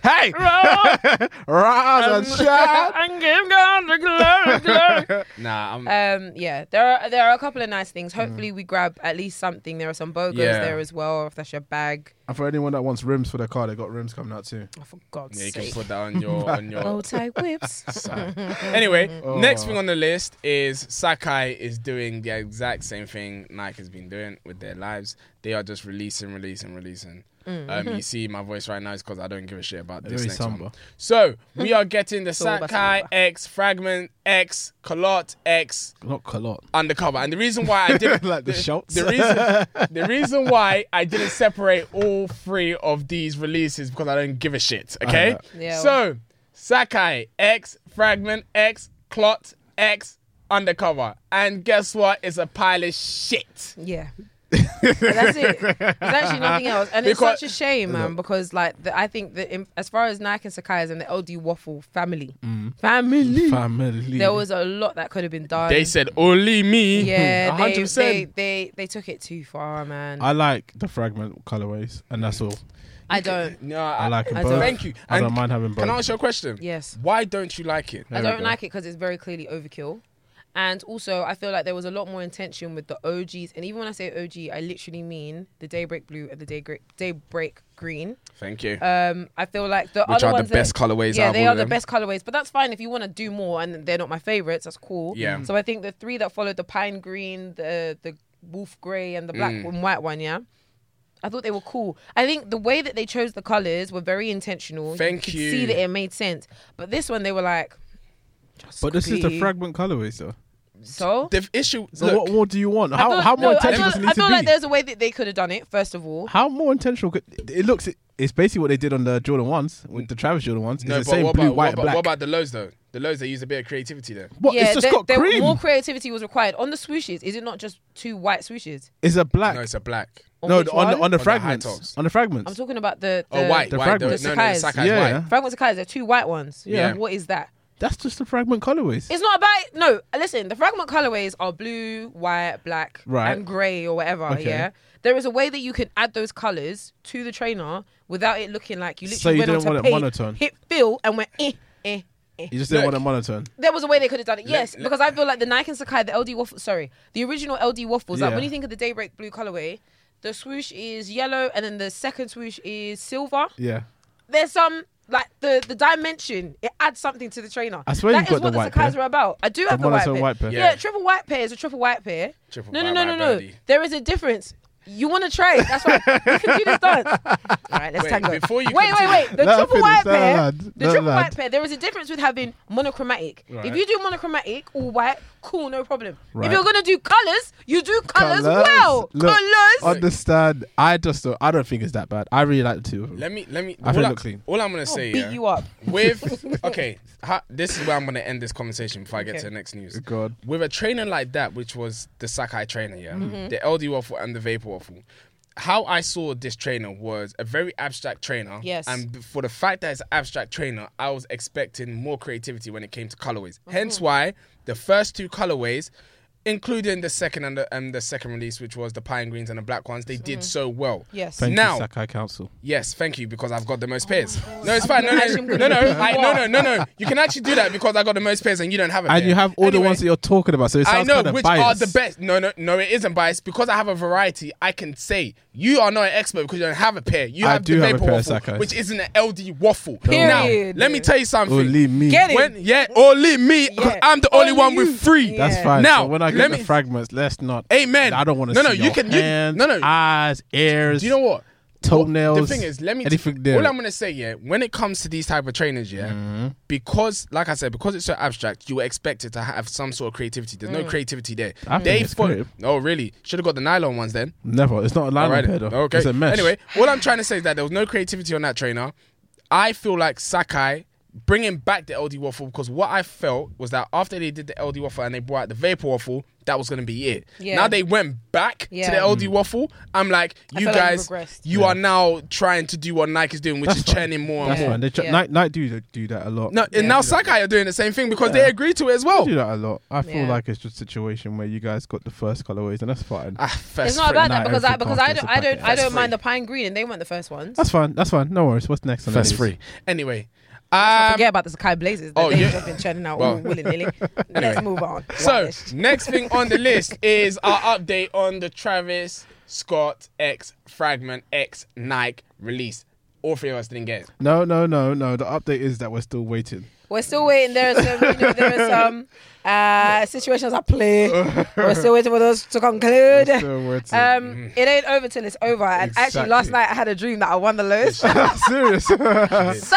S2: Hey,
S1: Um,
S2: rise and shout!
S1: And give God the glory, glory.
S3: Nah, I'm.
S1: Um, yeah, there are there are a couple of nice things. Hopefully, we grab at least something. There are some bogos
S3: Mm. Yeah.
S1: there as well. If that's your bag,
S2: And for anyone that wants rims for their car, they got rims coming out too.
S1: oh, for God's
S3: yeah, you can
S1: sake.
S3: put that on your on your
S1: Bow tie whips.
S3: Anyway,
S2: Oh.
S3: next thing on the list is Sakai is doing the exact same thing Nike has been doing with their lives. They are just releasing, releasing, releasing.
S1: Mm.
S3: Um, you see, my voice right now is because I don't give a shit about this
S2: Very
S3: next
S2: somber.
S3: one. So we are getting the
S1: all about
S3: Sakai
S1: somber.
S3: X Fragment X Colot X
S2: Not Colot.
S3: Undercover, and the reason why I didn't
S2: Like the Schultz.
S3: The reason, the reason why I didn't separate all three of these releases because I don't give a shit. Okay.
S1: know. Yeah.
S3: So Sakai X Fragment X Clot X Undercover, and guess what? It's a pile of shit.
S1: Yeah. that's it. There's actually nothing else, and
S3: Because-
S1: it's such a shame, man. Because like, the, I think that in, as far as Nike and Sakai is and the LD Waffle family,
S3: Mm.
S1: family,
S2: Family.
S1: there was a lot that could have been done.
S3: They said only me.
S1: yeah,
S3: hundred
S1: they, they
S3: percent.
S1: they they took it too far, man. I,
S2: I like the fragment colorways, and that's all.
S1: don't.
S3: No, I,
S2: I like them
S1: I
S2: both.
S1: don't-
S3: Thank you.
S2: I don't
S3: And
S2: mind having both.
S3: Can I ask you a question?
S1: Yes.
S3: Why don't you like it?
S1: I
S2: There we
S1: don't
S2: go.
S1: like it because it's very clearly overkill. And also, I feel like there was a lot more intention with the OGs. And even when I say OG, I literally mean the Daybreak Blue and the Daybreak, Daybreak Green.
S3: Thank you.
S1: Um, I feel like the
S3: Which
S1: other
S3: are the
S1: ones
S3: best
S1: that,
S3: colourways out
S1: Yeah,
S3: of
S1: they
S3: all
S1: are
S3: of
S1: the
S3: them.
S1: best colorways, but that's fine if you want to do more and they're not my favorites. That's cool.
S3: Yeah.
S2: Mm.
S1: So I think the three that followed the pine green, the the wolf grey, and the black
S3: Mm.
S1: and white one. Yeah. I thought they were cool. I think the way that they chose the colors were very intentional.
S3: Thank
S1: could
S3: you.
S1: See that it made sense, but this one they were like. just
S2: But this is the
S1: quickly.
S2: fragment colorways, though.
S1: So.
S3: the issue.
S2: So
S3: look,
S2: what more do you want?
S1: I
S2: How,
S1: feel-
S2: how more
S1: no,
S2: intentional
S1: I
S2: does it
S1: feel,
S2: need
S1: I feel
S2: to
S1: like
S2: be?
S1: there's a way that they could have done it. First of all,
S2: How more intentional could it looks? It's basically what they did on the Jordan ones with the Travis Jordan ones. It's
S3: No,
S2: the
S3: but
S2: same
S3: what
S2: blue,
S3: about,
S2: white,
S3: what, about,
S2: black.
S3: what about the lows though? The lows they use a bit of creativity there.
S2: What?
S1: yeah,
S2: it's just
S1: there-
S2: got
S1: there-
S2: cream.
S1: more creativity was required on the swooshes. Is it not just two white swooshes?
S2: it's a black.
S3: No, it's a black.
S1: On
S2: no,
S1: which
S2: the- on the,
S1: one?
S2: on the
S3: high
S2: fragments.
S3: tops.
S2: on the
S1: I'm
S2: fragments.
S1: talking about the, the
S3: Oh, white,
S2: the
S3: white. The,
S2: fragments.
S3: no, no, the
S1: The
S3: Sakai's
S2: Sakai's.
S3: white.
S2: Yeah.
S1: Frank Sakai, there are two white ones.
S2: Yeah.
S1: What is that?
S2: That's just the fragment colorways.
S1: It's not about no. Listen, the fragment colorways are blue, white, black,
S2: Right.
S1: and grey or whatever.
S2: Okay.
S1: Yeah, there is a way that you can add those colors to the trainer without it looking like you literally
S2: So you
S1: went on
S2: didn't
S1: to
S2: want it
S1: pay,
S2: monotone?
S1: hit fill and went eh eh. eh.
S2: you just didn't
S3: Look.
S2: want a monotone.
S1: There was a way they could have done it, yes,
S3: le-
S1: because I feel like the Nike and Sakai, the LD waffle, sorry, the original LD waffles.
S2: Yeah.
S1: Like when you think of the Daybreak blue colorway, The swoosh is yellow, and then the second swoosh is silver.
S2: Yeah.
S1: There's some like the the dimension. It adds something to the trainer.
S2: I swear
S1: That
S2: you've
S1: is
S2: got
S1: what
S2: the white
S1: Sakai's
S2: pair.
S1: are about. I do have the
S2: one I
S1: white
S2: saw
S1: pair.
S2: white pair.
S1: Yeah.
S3: Yeah.
S1: triple white pair is a triple white pair.
S3: Triple
S1: no, no,
S3: white,
S1: no, no,
S3: white
S1: no.
S3: birdie.
S1: There is a difference. You want to trade? That's right. we can do this dance. All right, let's
S3: Wait,
S1: tango.
S3: before you
S1: wait, wait, wait. The
S2: Let her
S1: triple
S2: finish.
S1: white
S2: Let her
S1: pair.
S2: land.
S1: The
S2: Let her
S1: triple white
S2: land.
S1: pair. There is a difference with having monochromatic. If
S2: Right.
S1: you do monochromatic, all white, cool, no problem. If
S2: Right.
S1: you're gonna do colors, you do colors,
S2: Colours.
S1: well.
S2: Look,
S1: colors.
S2: Understand? I just don't, I don't think it's that bad. I really like the two of them.
S3: Let me let me.
S2: Mm-hmm. I
S3: all,
S2: feel
S3: I,
S2: look clean.
S3: all I'm gonna
S1: I'll
S3: say
S1: beat
S3: yeah,
S1: you up.
S3: with okay, ha, this is where I'm gonna end this conversation before I get
S1: Okay.
S3: to the next news.
S2: God.
S3: With a trainer like that, which was the Sakai trainer, yeah,
S1: Mm-hmm.
S3: the LD waffle and the vapor waffle. How I saw this trainer was a very abstract trainer.
S1: Yes.
S3: And b- for the fact that it's an abstract trainer, I was expecting more creativity when it came to colorways.
S1: Mm-hmm.
S3: Hence why the first two colorways, including the second and the, and the second release, which was the pine greens and the black ones, they did so well.
S1: Mm-hmm. Yes.
S2: Thank
S3: Now-
S2: you, Sakai Council.
S3: Yes, thank you because I've got the
S1: Oh
S3: most pairs. No, it's fine. No, no, no, no, no, I, no, no, no, no. You can actually do that because I got the most pairs and you don't have it.
S2: And you have all the ones that you're talking about, so it
S3: I
S2: sounds
S3: know
S2: kind of
S3: which
S2: biased.
S3: are the best. No, no, no. It isn't biased because I have a variety. I can say you are not an expert because you don't have a pair. You
S2: I
S3: have
S2: do
S3: the
S2: have a
S3: vapor
S2: pair of
S3: waffle,
S2: Sakai's.
S3: which isn't an LD waffle.
S1: Period.
S3: Now, let me tell you something.
S2: Or leave me.
S1: Get it.
S3: When, yeah, only me. 'cause
S1: Yeah.
S3: I'm the only,
S1: Only
S3: one
S1: you.
S3: with three.
S1: Yeah.
S2: That's fine.
S3: Now,
S2: so when I
S3: let
S2: get the
S3: me-
S2: fragments, let's not.
S3: Amen.
S2: I don't want to.
S3: No,
S2: see
S3: no, you
S2: your
S3: can- you-
S2: Hands,
S3: no, no.
S2: Eyes, ears.
S3: Do you know what?
S2: Toenails.
S3: The thing is, let me.
S2: anything there.
S3: All I'm gonna say, yeah, when it comes to these type of trainers, yeah,
S2: Mm-hmm.
S3: because like I said, because it's so abstract, you were expected to have some sort of creativity. There's no creativity there.
S2: I think it's
S3: fo-
S2: creative.
S3: Oh, really? Should have got the nylon ones then.
S2: Never. It's not a line
S3: All right.
S2: pair though.
S3: Okay.
S2: It's a mesh.
S3: Anyway, all I'm trying to say is that there was no creativity on that trainer. I feel like Sakai bringing back the LD waffle because what I felt was that after they did the LD waffle and they brought out the vapor waffle, that was going to be it.
S1: Yeah.
S3: Now they went back
S1: Yeah.
S3: to the
S2: Mm.
S3: LD waffle. I'm like,
S1: I
S3: you
S1: feel like we
S3: guys,
S1: progressed.
S3: you are now trying to do what Nike's doing, which
S2: That's
S3: is
S2: fine.
S3: churning more
S2: That's
S3: and more.
S2: fine. They tr-
S1: Yeah.
S2: Nike, Nike do do that a lot.
S3: No,
S2: They
S3: and now
S2: do that.
S3: Sakai are doing the same thing because they agree to it as well.
S2: do that a lot. I feel
S1: Yeah.
S2: like it's just a situation where you guys got the first colorways, and that's fine.
S3: Ah, first
S1: It's not
S3: friend.
S1: about
S2: Nah,
S1: that because I
S2: everything
S1: because I
S2: comes
S1: don't
S2: as a
S1: I don't I
S2: package.
S1: don't
S3: That's
S1: mind
S3: free.
S1: the pine green and they weren't the first ones.
S2: that's fine. That's fine. No worries. What's next? on the
S3: First
S2: list?
S3: free. Anyway,
S1: I
S3: um,
S1: forget about the Sakai Blazers.
S3: oh,
S1: Oh, they've
S3: yeah.
S1: just been churning out
S3: Well,
S1: all willy nilly. Let's move on.
S3: So
S1: Whitelished.
S3: next thing on the list is our update on the Travis Scott X Fragment X Nike release. All three of us didn't get it.
S2: No, no, no, no. The update is that we're still waiting.
S1: we're still waiting. There are some, you know, there are some uh, situations at play. We're still waiting for those to conclude.
S2: Still waiting.
S3: Mm-hmm.
S1: Um, it ain't over till it's over. And actually, last
S2: Exactly.
S1: night I had a dream that I won the list.
S2: Serious.
S1: So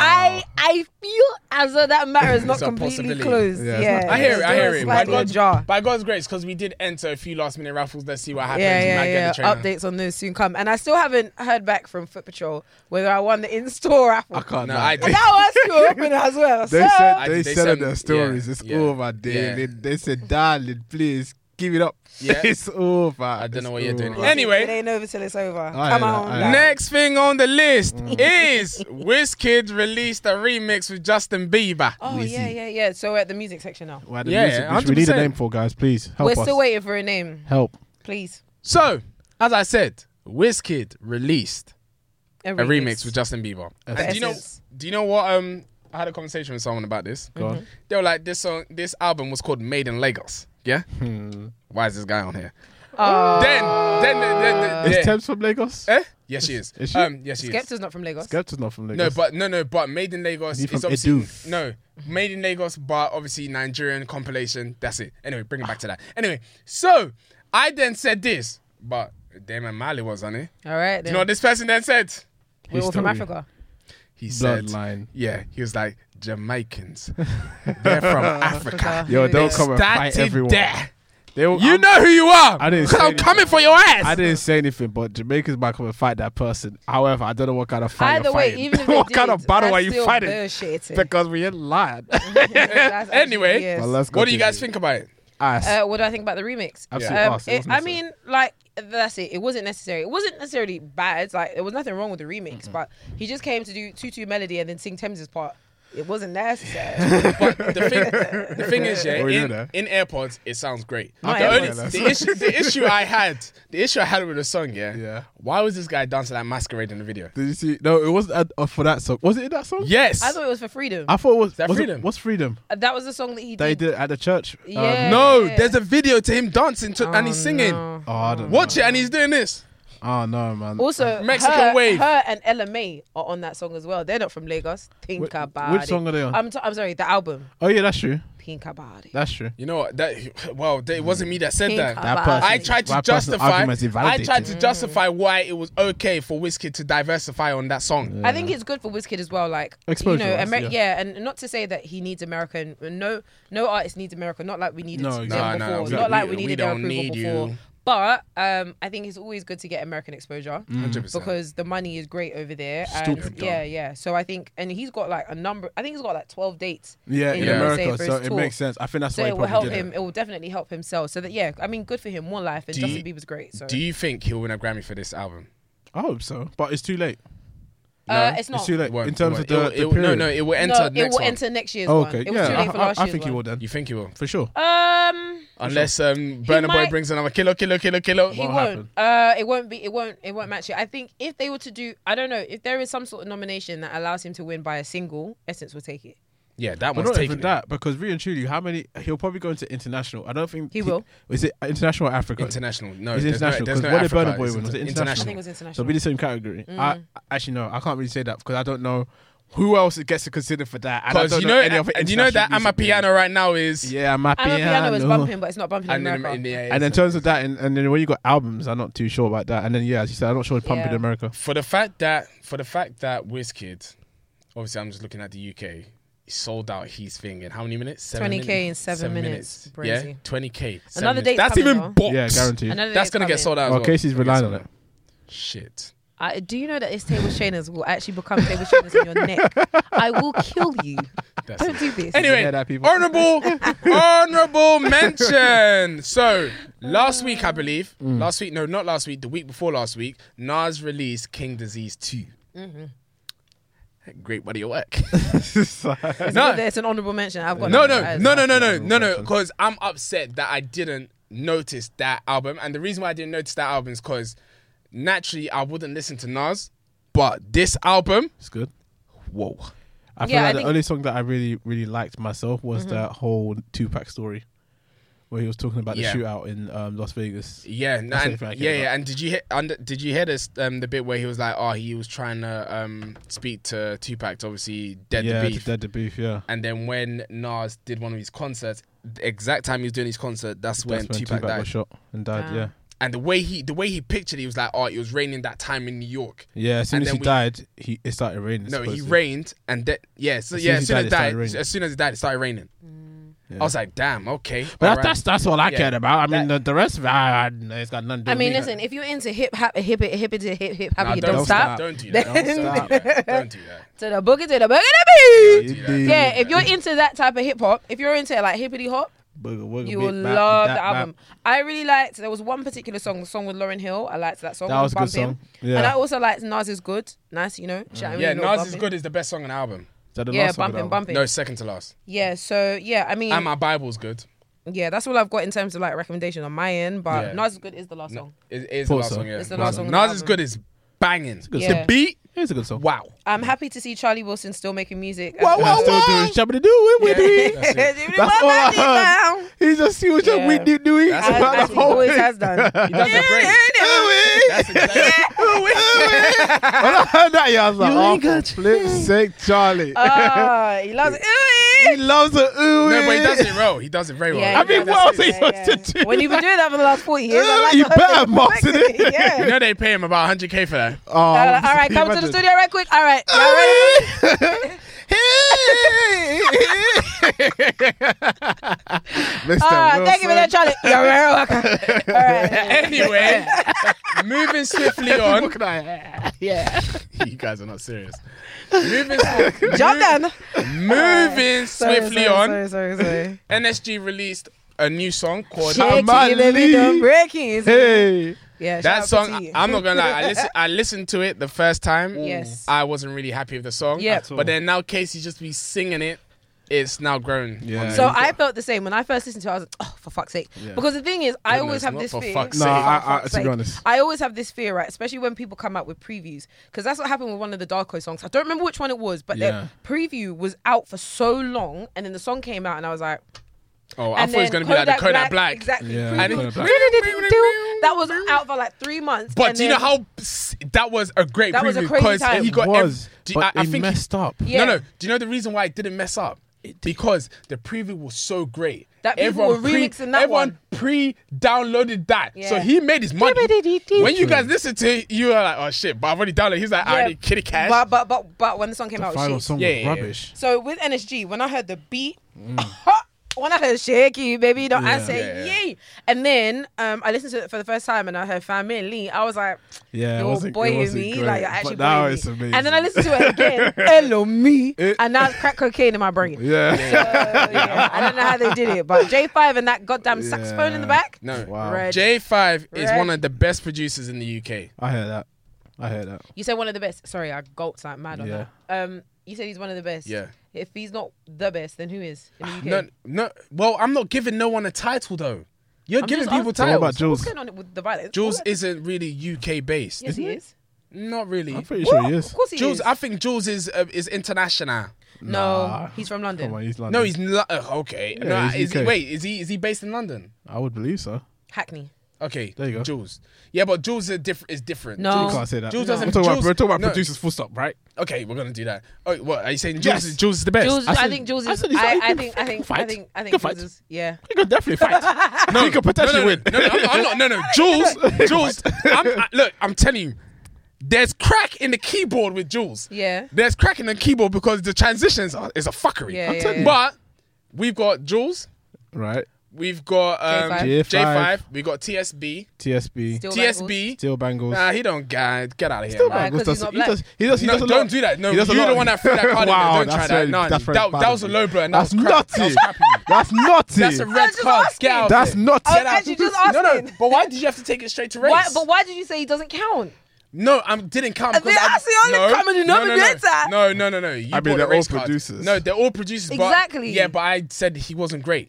S1: I I feel as though that matter is not
S3: It's a
S1: completely
S3: possibility.
S1: closed.
S2: Yeah.
S1: Yeah,
S3: I hear it. I hear
S1: It's
S3: it. By
S1: slightly
S3: God's,
S1: ajar.
S3: by God's grace, because we did enter a few last minute raffles. Let's see what happens.
S1: Yeah, yeah,
S3: We might
S1: yeah.
S3: Get the trainer.
S1: Updates on those soon come. And I still haven't heard back from Foot Patrol whether I won the in-store raffle.
S2: I can't.
S3: No,
S2: lie.
S3: I did.
S1: That was still open as well.
S2: They
S1: so
S2: said
S3: I-
S2: they,
S3: they
S2: said on
S3: sent-
S2: their stories,
S3: yeah,
S2: it's
S3: yeah,
S2: over, darling.
S3: yeah.
S2: They said, darling, please give it up.
S3: Yeah.
S2: It's over.
S3: I don't know
S2: It's
S3: what you're doing.
S2: over.
S3: Any- Anyway.
S1: it ain't over till it's over.
S2: I
S1: Come
S2: hear that,
S1: on.
S2: I hear
S1: now.
S2: that.
S3: Next thing on the list
S1: Mm.
S3: is Wizkid released a remix with Justin Bieber.
S1: Oh
S2: Weezy.
S1: yeah, yeah, yeah. So we're at the music section now.
S2: Well, the
S3: Yeah,
S2: music, which we need a
S3: 100%.
S2: name for, guys. Please help
S1: we're
S2: us.
S1: still waiting for a name,
S2: Help.
S1: please.
S3: So, as I said, Wizkid released
S1: A
S3: a remix with Justin Bieber. And do you know?
S1: Essence.
S3: Do you know what? Um, I had a conversation with someone about this.
S2: Go on.
S3: They were like, "This song, this album was called Made in Lagos." Yeah. Why is this guy on here?
S1: Oh.
S3: Then, then, then, then,
S2: Is
S3: then yeah.
S2: Tebs from Lagos?
S3: Eh? Yes, she is.
S2: Is she?
S3: Um, yes, she is.
S1: Skepta's not from Lagos.
S2: Skepta's not from
S3: No,
S2: Lagos.
S3: but no, no, but Made in Lagos
S2: He
S3: is
S2: from
S3: obviously
S2: Edu.
S3: no Made in Lagos, but obviously Nigerian compilation. That's it. Anyway, bring it back to that. Anyway, so I then said this, but Damon Mali was on it.
S1: All right. Then.
S3: Do you know what this person then said?
S1: we're all from
S2: History.
S1: Africa.
S3: He said,
S2: bloodline.
S3: Yeah, he was like Jamaicans. They're from Africa.
S2: Yo,
S1: Yeah.
S2: they'll come and fight
S3: Started
S2: everyone.
S3: there.
S2: They will,
S3: You
S2: I'm-
S3: know who you are.
S2: I didn't say
S3: 'cause I'm
S2: anything.
S3: coming for your ass.
S2: I didn't say anything, but Jamaicans might come and fight that person. However, I don't know what kind of fight
S1: Either
S2: you're
S1: way,
S2: fighting.
S1: even if they
S2: what kind
S1: did,
S2: of battle
S1: that's
S2: are you
S1: still
S2: fighting?
S1: bullshitting.
S2: Because we ain't lying.
S1: That's actually-
S3: Anyway.
S1: yes.
S2: Well, let's go
S3: What do you
S2: to
S3: guys
S2: the-
S3: think about it?
S2: Ass.
S1: Uh, what do I think about the remix? Um,
S2: Absolute arse, it
S1: it-
S2: wasn't
S1: I
S2: necessary.
S1: mean, like that's it. It wasn't necessary. It wasn't necessarily bad. Like there was nothing wrong with the remix, but he just came to do tutu melody and then sing Thames's part. It wasn't necessary.
S3: But the thing, the thing is, yeah,
S2: Well, we know
S3: in,
S2: that.
S3: in AirPods it sounds great.
S1: Not
S3: The, only,
S2: AirPods.
S3: the issue, the issue I had, the issue I had with the song, yeah,
S2: Yeah.
S3: why was this guy dancing like masquerade in the video?
S2: Did you see? No, it wasn't ad- uh, for that song. Was it in that song?
S3: Yes.
S1: I thought it was for freedom.
S2: I thought it was.
S3: that
S2: was it-
S3: Freedom?
S2: what's freedom?
S1: that was the song that he
S2: They
S1: did.
S2: did it at the church. Um,
S1: Yeah.
S3: no, there's a video to him dancing to, and he's singing.
S1: No.
S2: oh, I don't know.
S3: Watch it, and he's doing this.
S2: Oh no, man.
S1: Also,
S3: Mexican
S1: her,
S3: Wave.
S1: her and Ella May are on that song as well. They're not from Lagos. Think
S2: Wh-
S1: about
S2: which
S1: it.
S2: song are they on?
S1: I'm, t- I'm sorry, the album.
S2: oh yeah, that's true.
S1: Think about it.
S2: That's true.
S3: You know what, that? Well, that, it wasn't me that said
S1: Think
S3: that.
S1: about
S2: That person-
S3: I tried to
S2: That person's
S3: justify.
S2: argument is
S3: I tried to
S2: validated.
S3: justify why it was okay for Wizkid to diversify on that song.
S1: I think it's good for Wizkid as well. Like
S2: Exposure
S1: you know,
S2: wise,
S1: Amer-
S2: yeah.
S1: yeah. and not to say that he needs American. No, no artist needs America. Not like we needed
S2: No,
S1: them
S2: exactly.
S3: No,
S1: before.
S3: no,
S1: not
S3: we-
S1: like
S3: we-
S1: we,
S3: we
S1: needed
S3: don't
S1: their approval
S3: need
S1: before.
S3: you.
S1: But um, I think it's always good to get American
S2: Mm.
S1: exposure
S3: 100%.
S1: because the money is great over there.
S2: Stupid
S1: And
S2: dumb.
S1: yeah, yeah. So I think, and he's got like a number. I think he's got like twelve dates.
S2: Yeah, in
S1: the USA
S2: America,
S1: for
S2: so
S1: his
S2: it
S1: tour.
S2: makes sense. I think that's
S1: So
S2: why
S1: it
S2: he
S1: will help
S2: probably did
S1: him.
S2: it.
S1: It will definitely help him sell. So that yeah, I mean, good for him. More life and
S3: Do you-
S1: Justin Bieber's great. So
S3: Do you think he'll win a Grammy for this album?
S2: I hope so, but it's too late.
S1: uh,
S3: No,
S1: it's not.
S2: It's too late
S3: It won't,
S2: in terms
S3: it
S2: of the,
S3: won't. It
S2: the
S3: will-
S2: period.
S3: No, no, it will
S1: No,
S3: enter
S1: it
S3: next
S1: will
S3: one.
S1: enter next year's
S2: Oh,
S1: one.
S2: okay,
S1: It was too
S2: yeah,
S1: late for
S2: I, I,
S1: last
S2: I
S1: year's
S2: think he
S1: one.
S2: will then
S3: You think he will?
S2: for sure.
S1: Um,
S3: Unless um, Burner Boy
S1: might-
S3: brings another kilo, kilo, kilo, kilo.
S1: he
S2: Won't
S1: won't. Uh, it won't be. It won't. It won't match it. I think if they were to do, I don't know, if there is some sort of nomination that allows him to win by a single, Essence will take it.
S3: Yeah, that
S2: But
S3: one's
S2: not
S3: taken.
S2: even that because really and truly, how many? He'll probably go into international. I don't think
S1: He will.
S2: Is it international or Africa?
S3: International. No,
S2: It's
S3: there's no-
S2: international
S3: there's
S2: because
S3: no
S2: what did
S3: Africa,
S2: Burner Boy
S3: it's
S2: win? Was it
S3: inter-
S2: international?
S1: I think it was
S2: So
S1: international. Mm.
S2: it'll be the same category. I, I- actually no, I can't really say that because I don't know who else gets to consider for that. And I
S3: Because
S2: don't
S3: you know,
S2: any other
S3: and you know that I'm
S2: international
S3: a piano right now is.
S2: music. Yeah, I'm a
S1: and
S2: piano.
S1: the piano is bumping, but it's not bumping in
S3: And in,
S1: America.
S3: in the,
S2: And in terms of that, and, and then when you got albums, I'm not too sure about that. And then yeah, as you said, I'm not sure it's pumping in
S1: Yeah.
S2: America.
S3: for the fact that for the fact that Wizkid, obviously I'm just looking at the UK, he sold out his thing in how many minutes?
S1: 20K
S3: Seven minutes?
S1: in seven minutes.
S3: Yeah,
S1: Crazy.
S3: twenty k.
S1: Another date's
S3: That's
S1: coming,
S3: even
S1: though.
S3: box.
S2: Yeah, guaranteed.
S1: Another
S3: That's
S1: date's
S3: gonna get
S1: coming.
S3: sold out. as
S2: Well,
S3: well.
S2: Casey's
S3: Gonna get
S2: relying
S3: sold
S2: on it.
S3: out. Shit.
S1: I, do you know that it's table shaners will actually become table shaners on your neck? I will kill you.
S3: That's
S1: Don't
S3: it.
S1: do this.
S3: Anyway,
S2: hear that, people?
S3: honorable, honorable mention. So last week, I believe,
S2: Mm.
S3: last week, no, not last week, the week before last week, Nas released King Disease 2
S1: Mm-hmm.
S3: Great body of work.
S1: it's,
S3: no.
S1: no. it's an honourable mention. I've got
S3: No,
S1: nothing
S3: no,
S1: to add.
S3: no, no, no, no,
S2: Honorable
S3: no, no.
S2: mention.
S3: Because I'm upset that I didn't notice that album, and the reason why I didn't notice that album is because naturally I wouldn't listen to Nas, but this album,
S2: It's good.
S3: whoa,
S2: I feel
S1: Yeah, I
S2: like the
S1: think- Mm-hmm.
S2: only song that I really, really liked myself was that whole Tupac story, where he was talking about
S3: Yeah.
S2: the shootout in um, Las Vegas.
S3: yeah, n-
S2: That's
S3: and-
S2: everything I care
S3: yeah,
S2: about.
S3: yeah. And did you hear? And did you hear this? Um, the bit where he was like, oh, he was trying to um speak to Tupac, to obviously dead
S2: yeah,
S3: the
S2: to
S3: beef.
S2: dead the beef. Yeah,
S3: and then when Nas did one of his concerts, the exact time he was doing his concert, that's when,
S2: that's when
S3: Tupac,
S2: Tupac,
S3: died.
S2: was shot and died.
S1: Damn.
S2: Yeah,
S3: And the way he, the way he pictured, it, he was like, oh, it was raining that time in New York.
S2: yeah. As soon
S3: And
S2: as
S3: then
S2: he
S3: we-
S2: died, he it started raining.
S3: No, he
S2: supposedly.
S3: rained and that yeah, so
S2: As
S3: yeah, as soon
S2: soon as
S3: as he
S2: he died, it
S3: died,
S2: started raining.
S3: as soon as he died, it started raining. I was like, damn, okay.
S2: But
S3: all
S2: that,
S3: right.
S2: that's that's all I
S3: Yeah.
S2: cared about. I mean,
S3: That-
S2: the, the rest of it, I, I, it's got nothing to do
S1: I
S2: with
S1: mean,
S2: me.
S1: listen, if you're into hip hop, hip hip hip hip hip hip
S3: Nah,
S1: hop, you don't, stop.
S3: Don't do that. Don't, stop. do that. Don't do that.
S1: To the boogie, to the boogie, to the beat.
S3: do that.
S1: Yeah, if you're into that type of hip hop, if you're into like hippity hop,
S2: Booga, wooga,
S1: you
S2: big
S1: will
S2: bap,
S1: love
S2: bap,
S1: the
S2: bap.
S1: album. I really liked. There was one particular song, the song with Lauren Hill. I liked that song.
S2: That
S1: it
S2: was a good
S1: bumping.
S2: song. Yeah.
S1: And I also liked Nas is good. Nice, you know. Shout out
S3: Yeah,
S1: to me,
S3: Nas
S1: bumping.
S3: is good is the best song on the album.
S2: Is that the
S1: Yeah,
S2: last song of the
S1: bumping,
S2: album?
S1: bumping.
S3: No, second to last.
S1: Yeah, so yeah, I mean,
S3: And my Bible's good.
S1: yeah, that's all I've got in terms of like recommendation on my end. But
S3: Yeah.
S1: Nas is good is the last
S3: No,
S1: song.
S3: it it is the
S2: Poor
S3: last
S2: song.
S3: song. Yeah,
S1: It's the last song on the
S3: Nas is
S1: album.
S3: good is banging.
S2: good
S1: Yeah.
S3: The beat,
S2: It's a good song.
S3: wow.
S1: I'm happy to see Charlie Wilson still making music.
S2: Wow, wow,
S3: still
S2: wow.
S3: doing
S2: Jumping to do it
S3: Yeah,
S2: with me.
S3: that's it.
S2: That's all I heard.
S1: Down.
S2: He just he was
S1: Yeah.
S2: just with you doing
S3: That's
S1: As,
S3: about
S1: as he always has done.
S3: He does it great. That's exactly-
S2: When I heard that, yeah, I was like,
S1: You
S2: oh,
S1: ain't got-
S2: flip sake, Charlie.
S1: Ah, he loves it.
S2: he loves a ooh.
S3: No, but he does it well. He does it very well.
S1: Yeah,
S2: I
S1: he
S2: mean,
S1: does
S2: what else
S3: That's
S2: are
S3: it.
S2: you
S1: Yeah,
S2: supposed
S1: yeah.
S2: to do?
S1: When you've been doing that for the last 40 years,
S2: Ooh,
S1: I like
S2: you
S1: the whole
S2: better
S1: thing.
S2: box it in.
S1: yeah.
S3: You know they pay him about 100k for that.
S2: Oh,
S1: Uh, all right, come to the studio right quick. All right, y'all ready?
S3: Oh,
S2: Mr.
S1: Ah, thank you for that, Charlie.
S2: Wilson.
S1: You're very welcome. All right.
S3: Anyway, moving swiftly on.
S2: Look at that.
S3: you guys are not serious. Moving, swi-
S1: Jump
S3: move-
S1: down.
S3: moving
S1: Sorry,
S3: swiftly
S1: sorry,
S3: on.
S1: Sorry, sorry, sorry.
S3: NSG released a new song called.
S2: Shit.
S1: Shaky,
S2: Amali.
S1: baby, don't break it.
S2: Hey.
S1: Yeah,
S3: That
S1: shout out
S3: song,
S1: Petite.
S3: I'm not gonna lie. I, listen, I listened to it the first time.
S1: Yes.
S3: I wasn't really happy with the song.
S1: Yeah. At
S2: all.
S3: But then now Casey just be singing it. It's now grown.
S2: Yeah.
S3: on
S1: So
S3: me.
S1: I felt the same when I first listened to it. I was like, oh, for fuck's sake!
S2: Yeah.
S1: Because the thing is, I always
S3: Goodness,
S1: have
S3: not
S1: this
S3: for
S1: fear.
S3: fuck's
S2: No,
S3: sake.
S2: I, I,
S1: fuck's
S2: to be
S1: sake.
S2: honest,
S1: I always have this fear, right? Especially when people come out with previews, because that's what happened with one of the Darko songs. I don't remember which one it was, but
S2: Yeah.
S1: the preview was out for so long, and then the song came out, and I was like,
S3: oh, I
S1: and
S3: thought it was
S1: then
S3: gonna be like the Kodak Black.
S1: exactly.
S2: Yeah.
S1: preview.
S3: And
S2: Kodak
S3: it-
S2: Black.
S1: That was out for like three months.
S3: But
S1: and
S3: do you know
S1: then-
S3: how s- that was a great
S1: That was a
S3: preview
S1: crazy
S3: because
S1: time.
S3: he
S1: It
S3: got ev-
S2: was,
S3: do you-
S2: but
S3: I, I
S2: he
S3: think he-
S2: messed up.
S1: Yeah.
S3: No, no. Do you know the reason why it didn't mess up? Because the preview was so great.
S1: That people were remixing that
S3: everyone
S1: one.
S3: pre-downloaded that, so
S1: Yeah.
S3: he made his money.
S1: Dee-ba-dee-dee-dee.
S3: when you guys listen to it, you are like, "Oh shit!" But I've already downloaded. He's like, "I
S1: Yeah.
S3: already kitty cash."
S1: But but but but when the song came out, it was
S2: Final
S1: Oh, shit.
S2: song
S3: Yeah,
S2: was
S3: yeah, yeah.
S2: rubbish.
S1: So with NSG, when I heard the beat, when I heard shaky, baby, don't I
S2: Mm. Yeah.
S1: say
S3: Yeah.
S1: yay? And then um, I listened to it for the first time and I heard family. I was like,
S2: Yeah, it
S1: you're
S2: wasn't- it
S1: boying
S2: wasn't
S1: me,
S2: great,
S1: like you're actually
S2: but now
S1: boying
S2: it's
S1: me.
S2: amazing.
S1: And then I listened to it again, hello me,
S2: It-
S1: and now it's crack cocaine in my brain.
S2: Yeah.
S1: Uh, yeah, I don't know how they did it, but J5 and that goddamn saxophone in the
S2: Yeah.
S1: back.
S3: no,
S2: Wow.
S1: Red.
S3: J5 is
S1: Red.
S3: one of the best producers in the UK.
S2: I hear that. I hear that.
S1: You said one of the best. Sorry, I gulped like mad on
S2: Yeah.
S1: that. Um, you said he's one of the best.
S3: Yeah.
S1: If he's not the best, then who is? In the UK?
S3: No, no. Well, I'm not giving no one a title though. You're
S1: I'm
S3: giving
S1: just
S3: people
S1: asking.
S2: What about
S3: titles.
S1: What's
S2: Jules?
S1: going on with the violence?
S3: Jules
S1: All I-
S3: isn't really UK based.
S1: Yes, he
S2: Isn't he?
S1: is.
S3: Not really.
S2: I'm pretty sure
S1: What?
S2: he is.
S1: Of course he
S3: Jules,
S1: is.
S3: I think Jules is uh, is international.
S1: no,
S2: Nah.
S1: he's from London.
S2: Come on, he's London.
S3: No, he's lo- uh, okay.
S2: Yeah,
S3: no,
S2: he's
S3: is he,
S2: UK.
S3: wait, is he is he based in London?
S2: I would believe so.
S1: Hackney.
S3: Okay,
S2: There you go.
S3: Jules. Yeah, but Jules is different. Is different.
S1: No.
S2: You
S3: Jules-
S2: can't say that.
S3: Jules
S2: We're
S3: doesn't.
S2: talking about,
S3: Jules-
S2: we're talking about
S3: no.
S2: producers full stop, right?
S3: Okay, we're gonna do that. Oh, what are you saying? Jules,
S2: Yes.
S3: is, Jules is the best.
S1: Jules, I,
S2: I said-
S1: think Jules
S2: I
S1: is.
S2: said he's-
S1: I,
S2: he
S1: I
S2: can
S1: think. I think. I
S2: fight.
S1: think. I think.
S2: Can
S1: Jules
S2: fight.
S1: is. Yeah.
S2: He could definitely fight. no, he could
S3: no,
S2: potentially
S3: no,
S2: win.
S3: no, no, I'm, I'm not. No, no, Jules, Jules. I'm, I, look, I'm telling you, there's crack in the keyboard with Jules.
S1: Yeah.
S3: There's crack in the keyboard because the transitions are is a fuckery.
S1: Yeah, I'm yeah, telling yeah. you.
S3: But we've got Jules.
S2: right.
S3: We've got um,
S1: J5.
S3: J5. We got TSB.
S2: TSB,
S1: Still
S3: TSB.
S2: Steel Bangles.
S3: Nah, he don't. Guy, get out of here.
S2: Steel
S3: man.
S1: Bangles
S2: Bangles
S1: does-
S2: does.
S1: he's
S2: He
S1: not
S2: does. He does. He
S3: No,
S2: does a lot.
S3: don't do that. No,
S2: he does a
S3: you're
S2: lot.
S3: the one that threw that card in there.
S2: Wow,
S3: Don't try
S2: that's
S3: that.
S2: very-
S3: No,
S2: that's very
S3: that-
S2: bad
S3: that was
S2: of
S3: a
S2: you.
S3: low blow and that
S2: That's
S3: was crap. That
S2: nutty.
S3: was crappy.
S2: That's nutty.
S3: That's a red
S1: just
S3: card.
S1: asking.
S3: Get out.
S2: That's
S3: of here.
S2: nutty.
S1: I was
S3: Get out.
S1: actually just
S3: No, no.
S1: asking.
S3: But why did you have to take it straight to race?
S1: Why, but why did you say he doesn't count?
S3: No, I didn't come.
S1: And
S3: 'cause
S1: they're
S3: I-
S1: actually only
S3: no,
S1: coming in
S3: no, no,
S1: nominator.
S3: No, no, no, no. no. You
S2: I mean,
S3: bought the
S2: they're
S3: race
S2: all
S3: card.
S2: producers.
S3: No, they're all producers. but-
S1: Exactly.
S3: Yeah, but I said he wasn't great.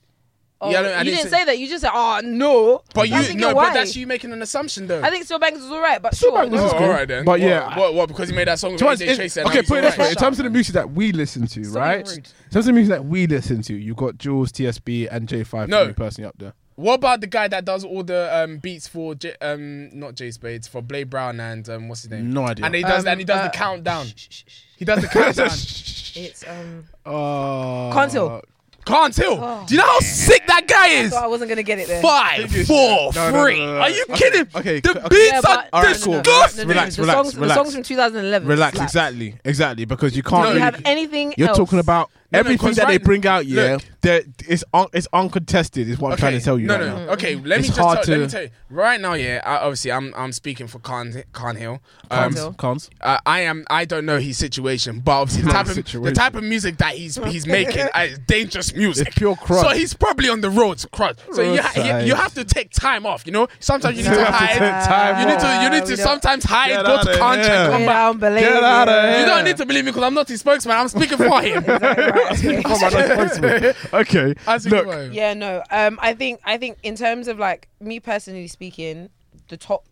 S1: Oh,
S3: Yeah, I
S1: you
S3: don't- I
S1: didn't,
S3: didn't
S1: say,
S3: say-
S1: that. You just said, "Oh no."
S3: But
S1: I was
S3: you
S1: thinking,
S3: no,
S1: why?
S3: but that's you making an assumption though.
S1: I think Still Bangles is alright, but
S2: Still
S1: sure.
S2: Bangles
S1: no.
S2: is
S3: Oh,
S2: good.
S3: all right then.
S2: But
S3: What-
S2: yeah.
S3: what, what? Because he made that song with
S2: Do you want-
S3: AJ
S2: it-
S3: Tracer. and
S2: okay,
S3: now
S2: put it
S3: "Oh, he's
S2: this way: in
S3: alright.
S2: terms of the music that we listen to,
S1: Stop
S2: right?
S1: being rude.
S2: In terms of the music that we listen to, you got Jules, TSB, and J5
S3: No.
S2: for me personally up there.
S3: What about the guy that does all the um, beats for J- um not Jay Spades for Blade Brown and um, what's his name?
S2: No idea.
S3: And he does
S1: Um,
S3: and he does
S1: uh,
S3: the countdown.
S1: Shh, shh, shh.
S3: He does the countdown.
S1: It's um.
S2: Oh,
S1: Contil.
S3: Can't tell.
S1: Oh.
S3: Do you know how sick that guy is?
S1: So I wasn't gonna get it there.
S3: Five,
S2: Biggest- No,
S3: four,
S2: no, no,
S3: three.
S2: no, no, no.
S3: Are you
S2: Okay,
S3: kidding?
S2: okay,
S3: the
S2: okay.
S3: beats are
S1: no, no, no, no, no, no,
S3: disgusting.
S1: no, no,
S2: Relax,
S1: the
S2: relax,
S1: songs,
S2: relax.
S1: The songs from 2011.
S2: Relax,
S1: slap.
S2: exactly, exactly, because you
S3: No,
S2: can't.
S1: Do
S3: you
S1: you
S2: really-
S1: have anything?
S2: You're
S1: else?
S2: talking about
S3: No, no,
S2: everything
S3: 'cause
S2: that they
S3: right-
S2: bring out, yeah.
S3: look.
S2: that It's un, it's uncontested. Is what I'm trying to tell you.
S3: No,
S2: right
S3: no.
S2: now.
S3: Okay, let
S2: It's
S3: me just
S2: hard
S3: tell, let me
S2: to-
S3: tell you. Right now, yeah. I, obviously, I'm I'm speaking for Khan Khan Hill. Um,
S1: Khan Hill.
S2: Cons.
S3: uh, I am. I don't know his situation, but obviously the type of
S2: Situation.
S3: the type of music that he's he's making uh, is dangerous music.
S2: It's pure crud.
S3: So he's probably on the road to crud. So you, ha-
S2: Roadside.
S3: you, you have to take time off. You know, sometimes you need
S2: You
S3: to
S2: have to
S3: hide.
S2: take time
S3: you need to. You
S1: off.
S3: need
S1: We
S3: to
S1: don't-
S3: sometimes hide.
S2: Get
S3: Go
S2: outta
S3: to Khan
S2: here.
S3: and come
S1: Get
S3: back.
S1: out, believe
S2: Get outta
S1: it.
S2: here.
S3: You don't need to believe me because I'm not his spokesman. I'm speaking for him.
S1: Exactly right, yeah.
S2: Come on, that's possible. okay.
S3: As we
S2: Look,
S3: go.
S1: Yeah, no. Um, I think I think in terms of like me personally speaking, the top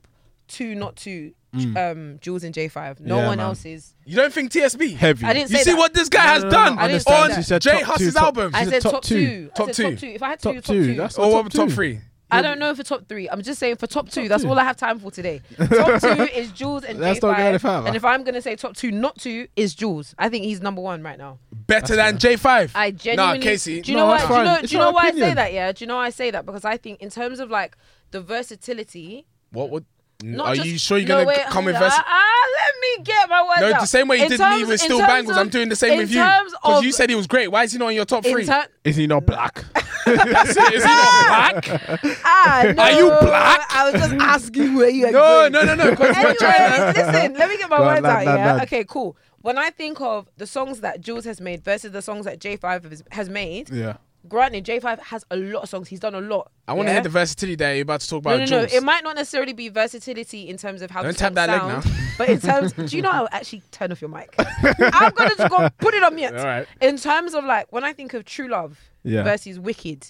S1: two, not two, um, Jules and J Five. No
S2: Mm. Yeah,
S1: one
S2: man.
S1: else is.
S3: You don't think TSB?
S2: heavy.
S1: I didn't
S3: You
S1: say
S3: see
S1: that.
S3: what this guy has
S2: no, no,
S3: done
S1: I didn't say that. She
S3: on
S2: said
S3: Jay
S2: top
S3: Huss's
S2: two, top-
S3: album.
S1: I
S2: She's a
S1: said
S2: top
S1: top,
S2: two.
S1: two. I
S3: Top
S1: said
S3: two.
S1: Top two. If I had
S2: Top
S1: to,
S2: two,
S1: top two.
S2: that's-
S3: Or
S2: Oh, Top
S3: top
S2: two.
S3: three?
S1: I don't know for top three. I'm just saying for top two. That's
S2: two.
S1: all I have time for today. Top two is Jules and
S2: That's
S1: J
S2: not going
S1: Five.
S2: any further.
S1: And if I'm gonna say top two, not two, is Jules. I think he's number one right now.
S3: Better than J5.
S1: I genuinely.
S3: Nah, Casey.
S1: Do you
S2: No,
S1: know why?
S2: it's
S1: Do you
S2: fine.
S1: know,
S2: It's
S1: do you know
S2: our
S1: why I say
S2: opinion.
S1: that? Yeah. Do you know why I say that? Because I think in terms of like the versatility.
S3: What would? n-
S1: Not
S3: Are
S1: just-
S3: you sure you're
S1: no,
S3: gonna
S1: wait,
S3: come
S1: hold
S3: with
S1: on.
S3: us?
S1: Ah, ah, let me get my words
S3: No,
S1: out.
S3: the same way you
S1: In
S3: did me
S1: terms-
S3: with
S1: in
S3: Still
S1: terms
S3: Bangles. I'm
S1: of-
S3: doing the same
S1: in
S3: with you.
S1: terms
S3: Because
S1: of-
S3: you said he was great. Why is he not in your top
S1: in
S3: three?
S1: ter-
S2: is he not black?
S3: That's it. Is he not black?
S1: ah, no,
S3: you black?
S1: I was just asking where you.
S3: no,
S1: agree.
S3: no, no, no. 'cause we're trying to-
S1: Anyways, listen, let me get my
S2: Go on,
S1: words
S2: lad,
S1: out.
S2: lad,
S1: yeah.
S2: lad.
S1: Okay, cool. When I think of the songs that Jules has made versus the songs that J5 has- has made,
S2: yeah.
S1: granted, J5 has a lot of songs. He's done a lot.
S3: I want to
S1: yeah?
S3: hear the versatility that you're about to talk
S1: No,
S3: about.
S1: no, no.
S3: Jules.
S1: It might not necessarily be versatility in terms of how
S3: Don't
S1: the songs
S3: tap that leg
S1: sound,
S3: now.
S1: but in terms, do you know I'll actually turn off your mic? I'm gonna just go put it on mute.
S3: All right.
S1: In terms of like when I think of True Love
S2: Yeah.
S1: versus Wicked,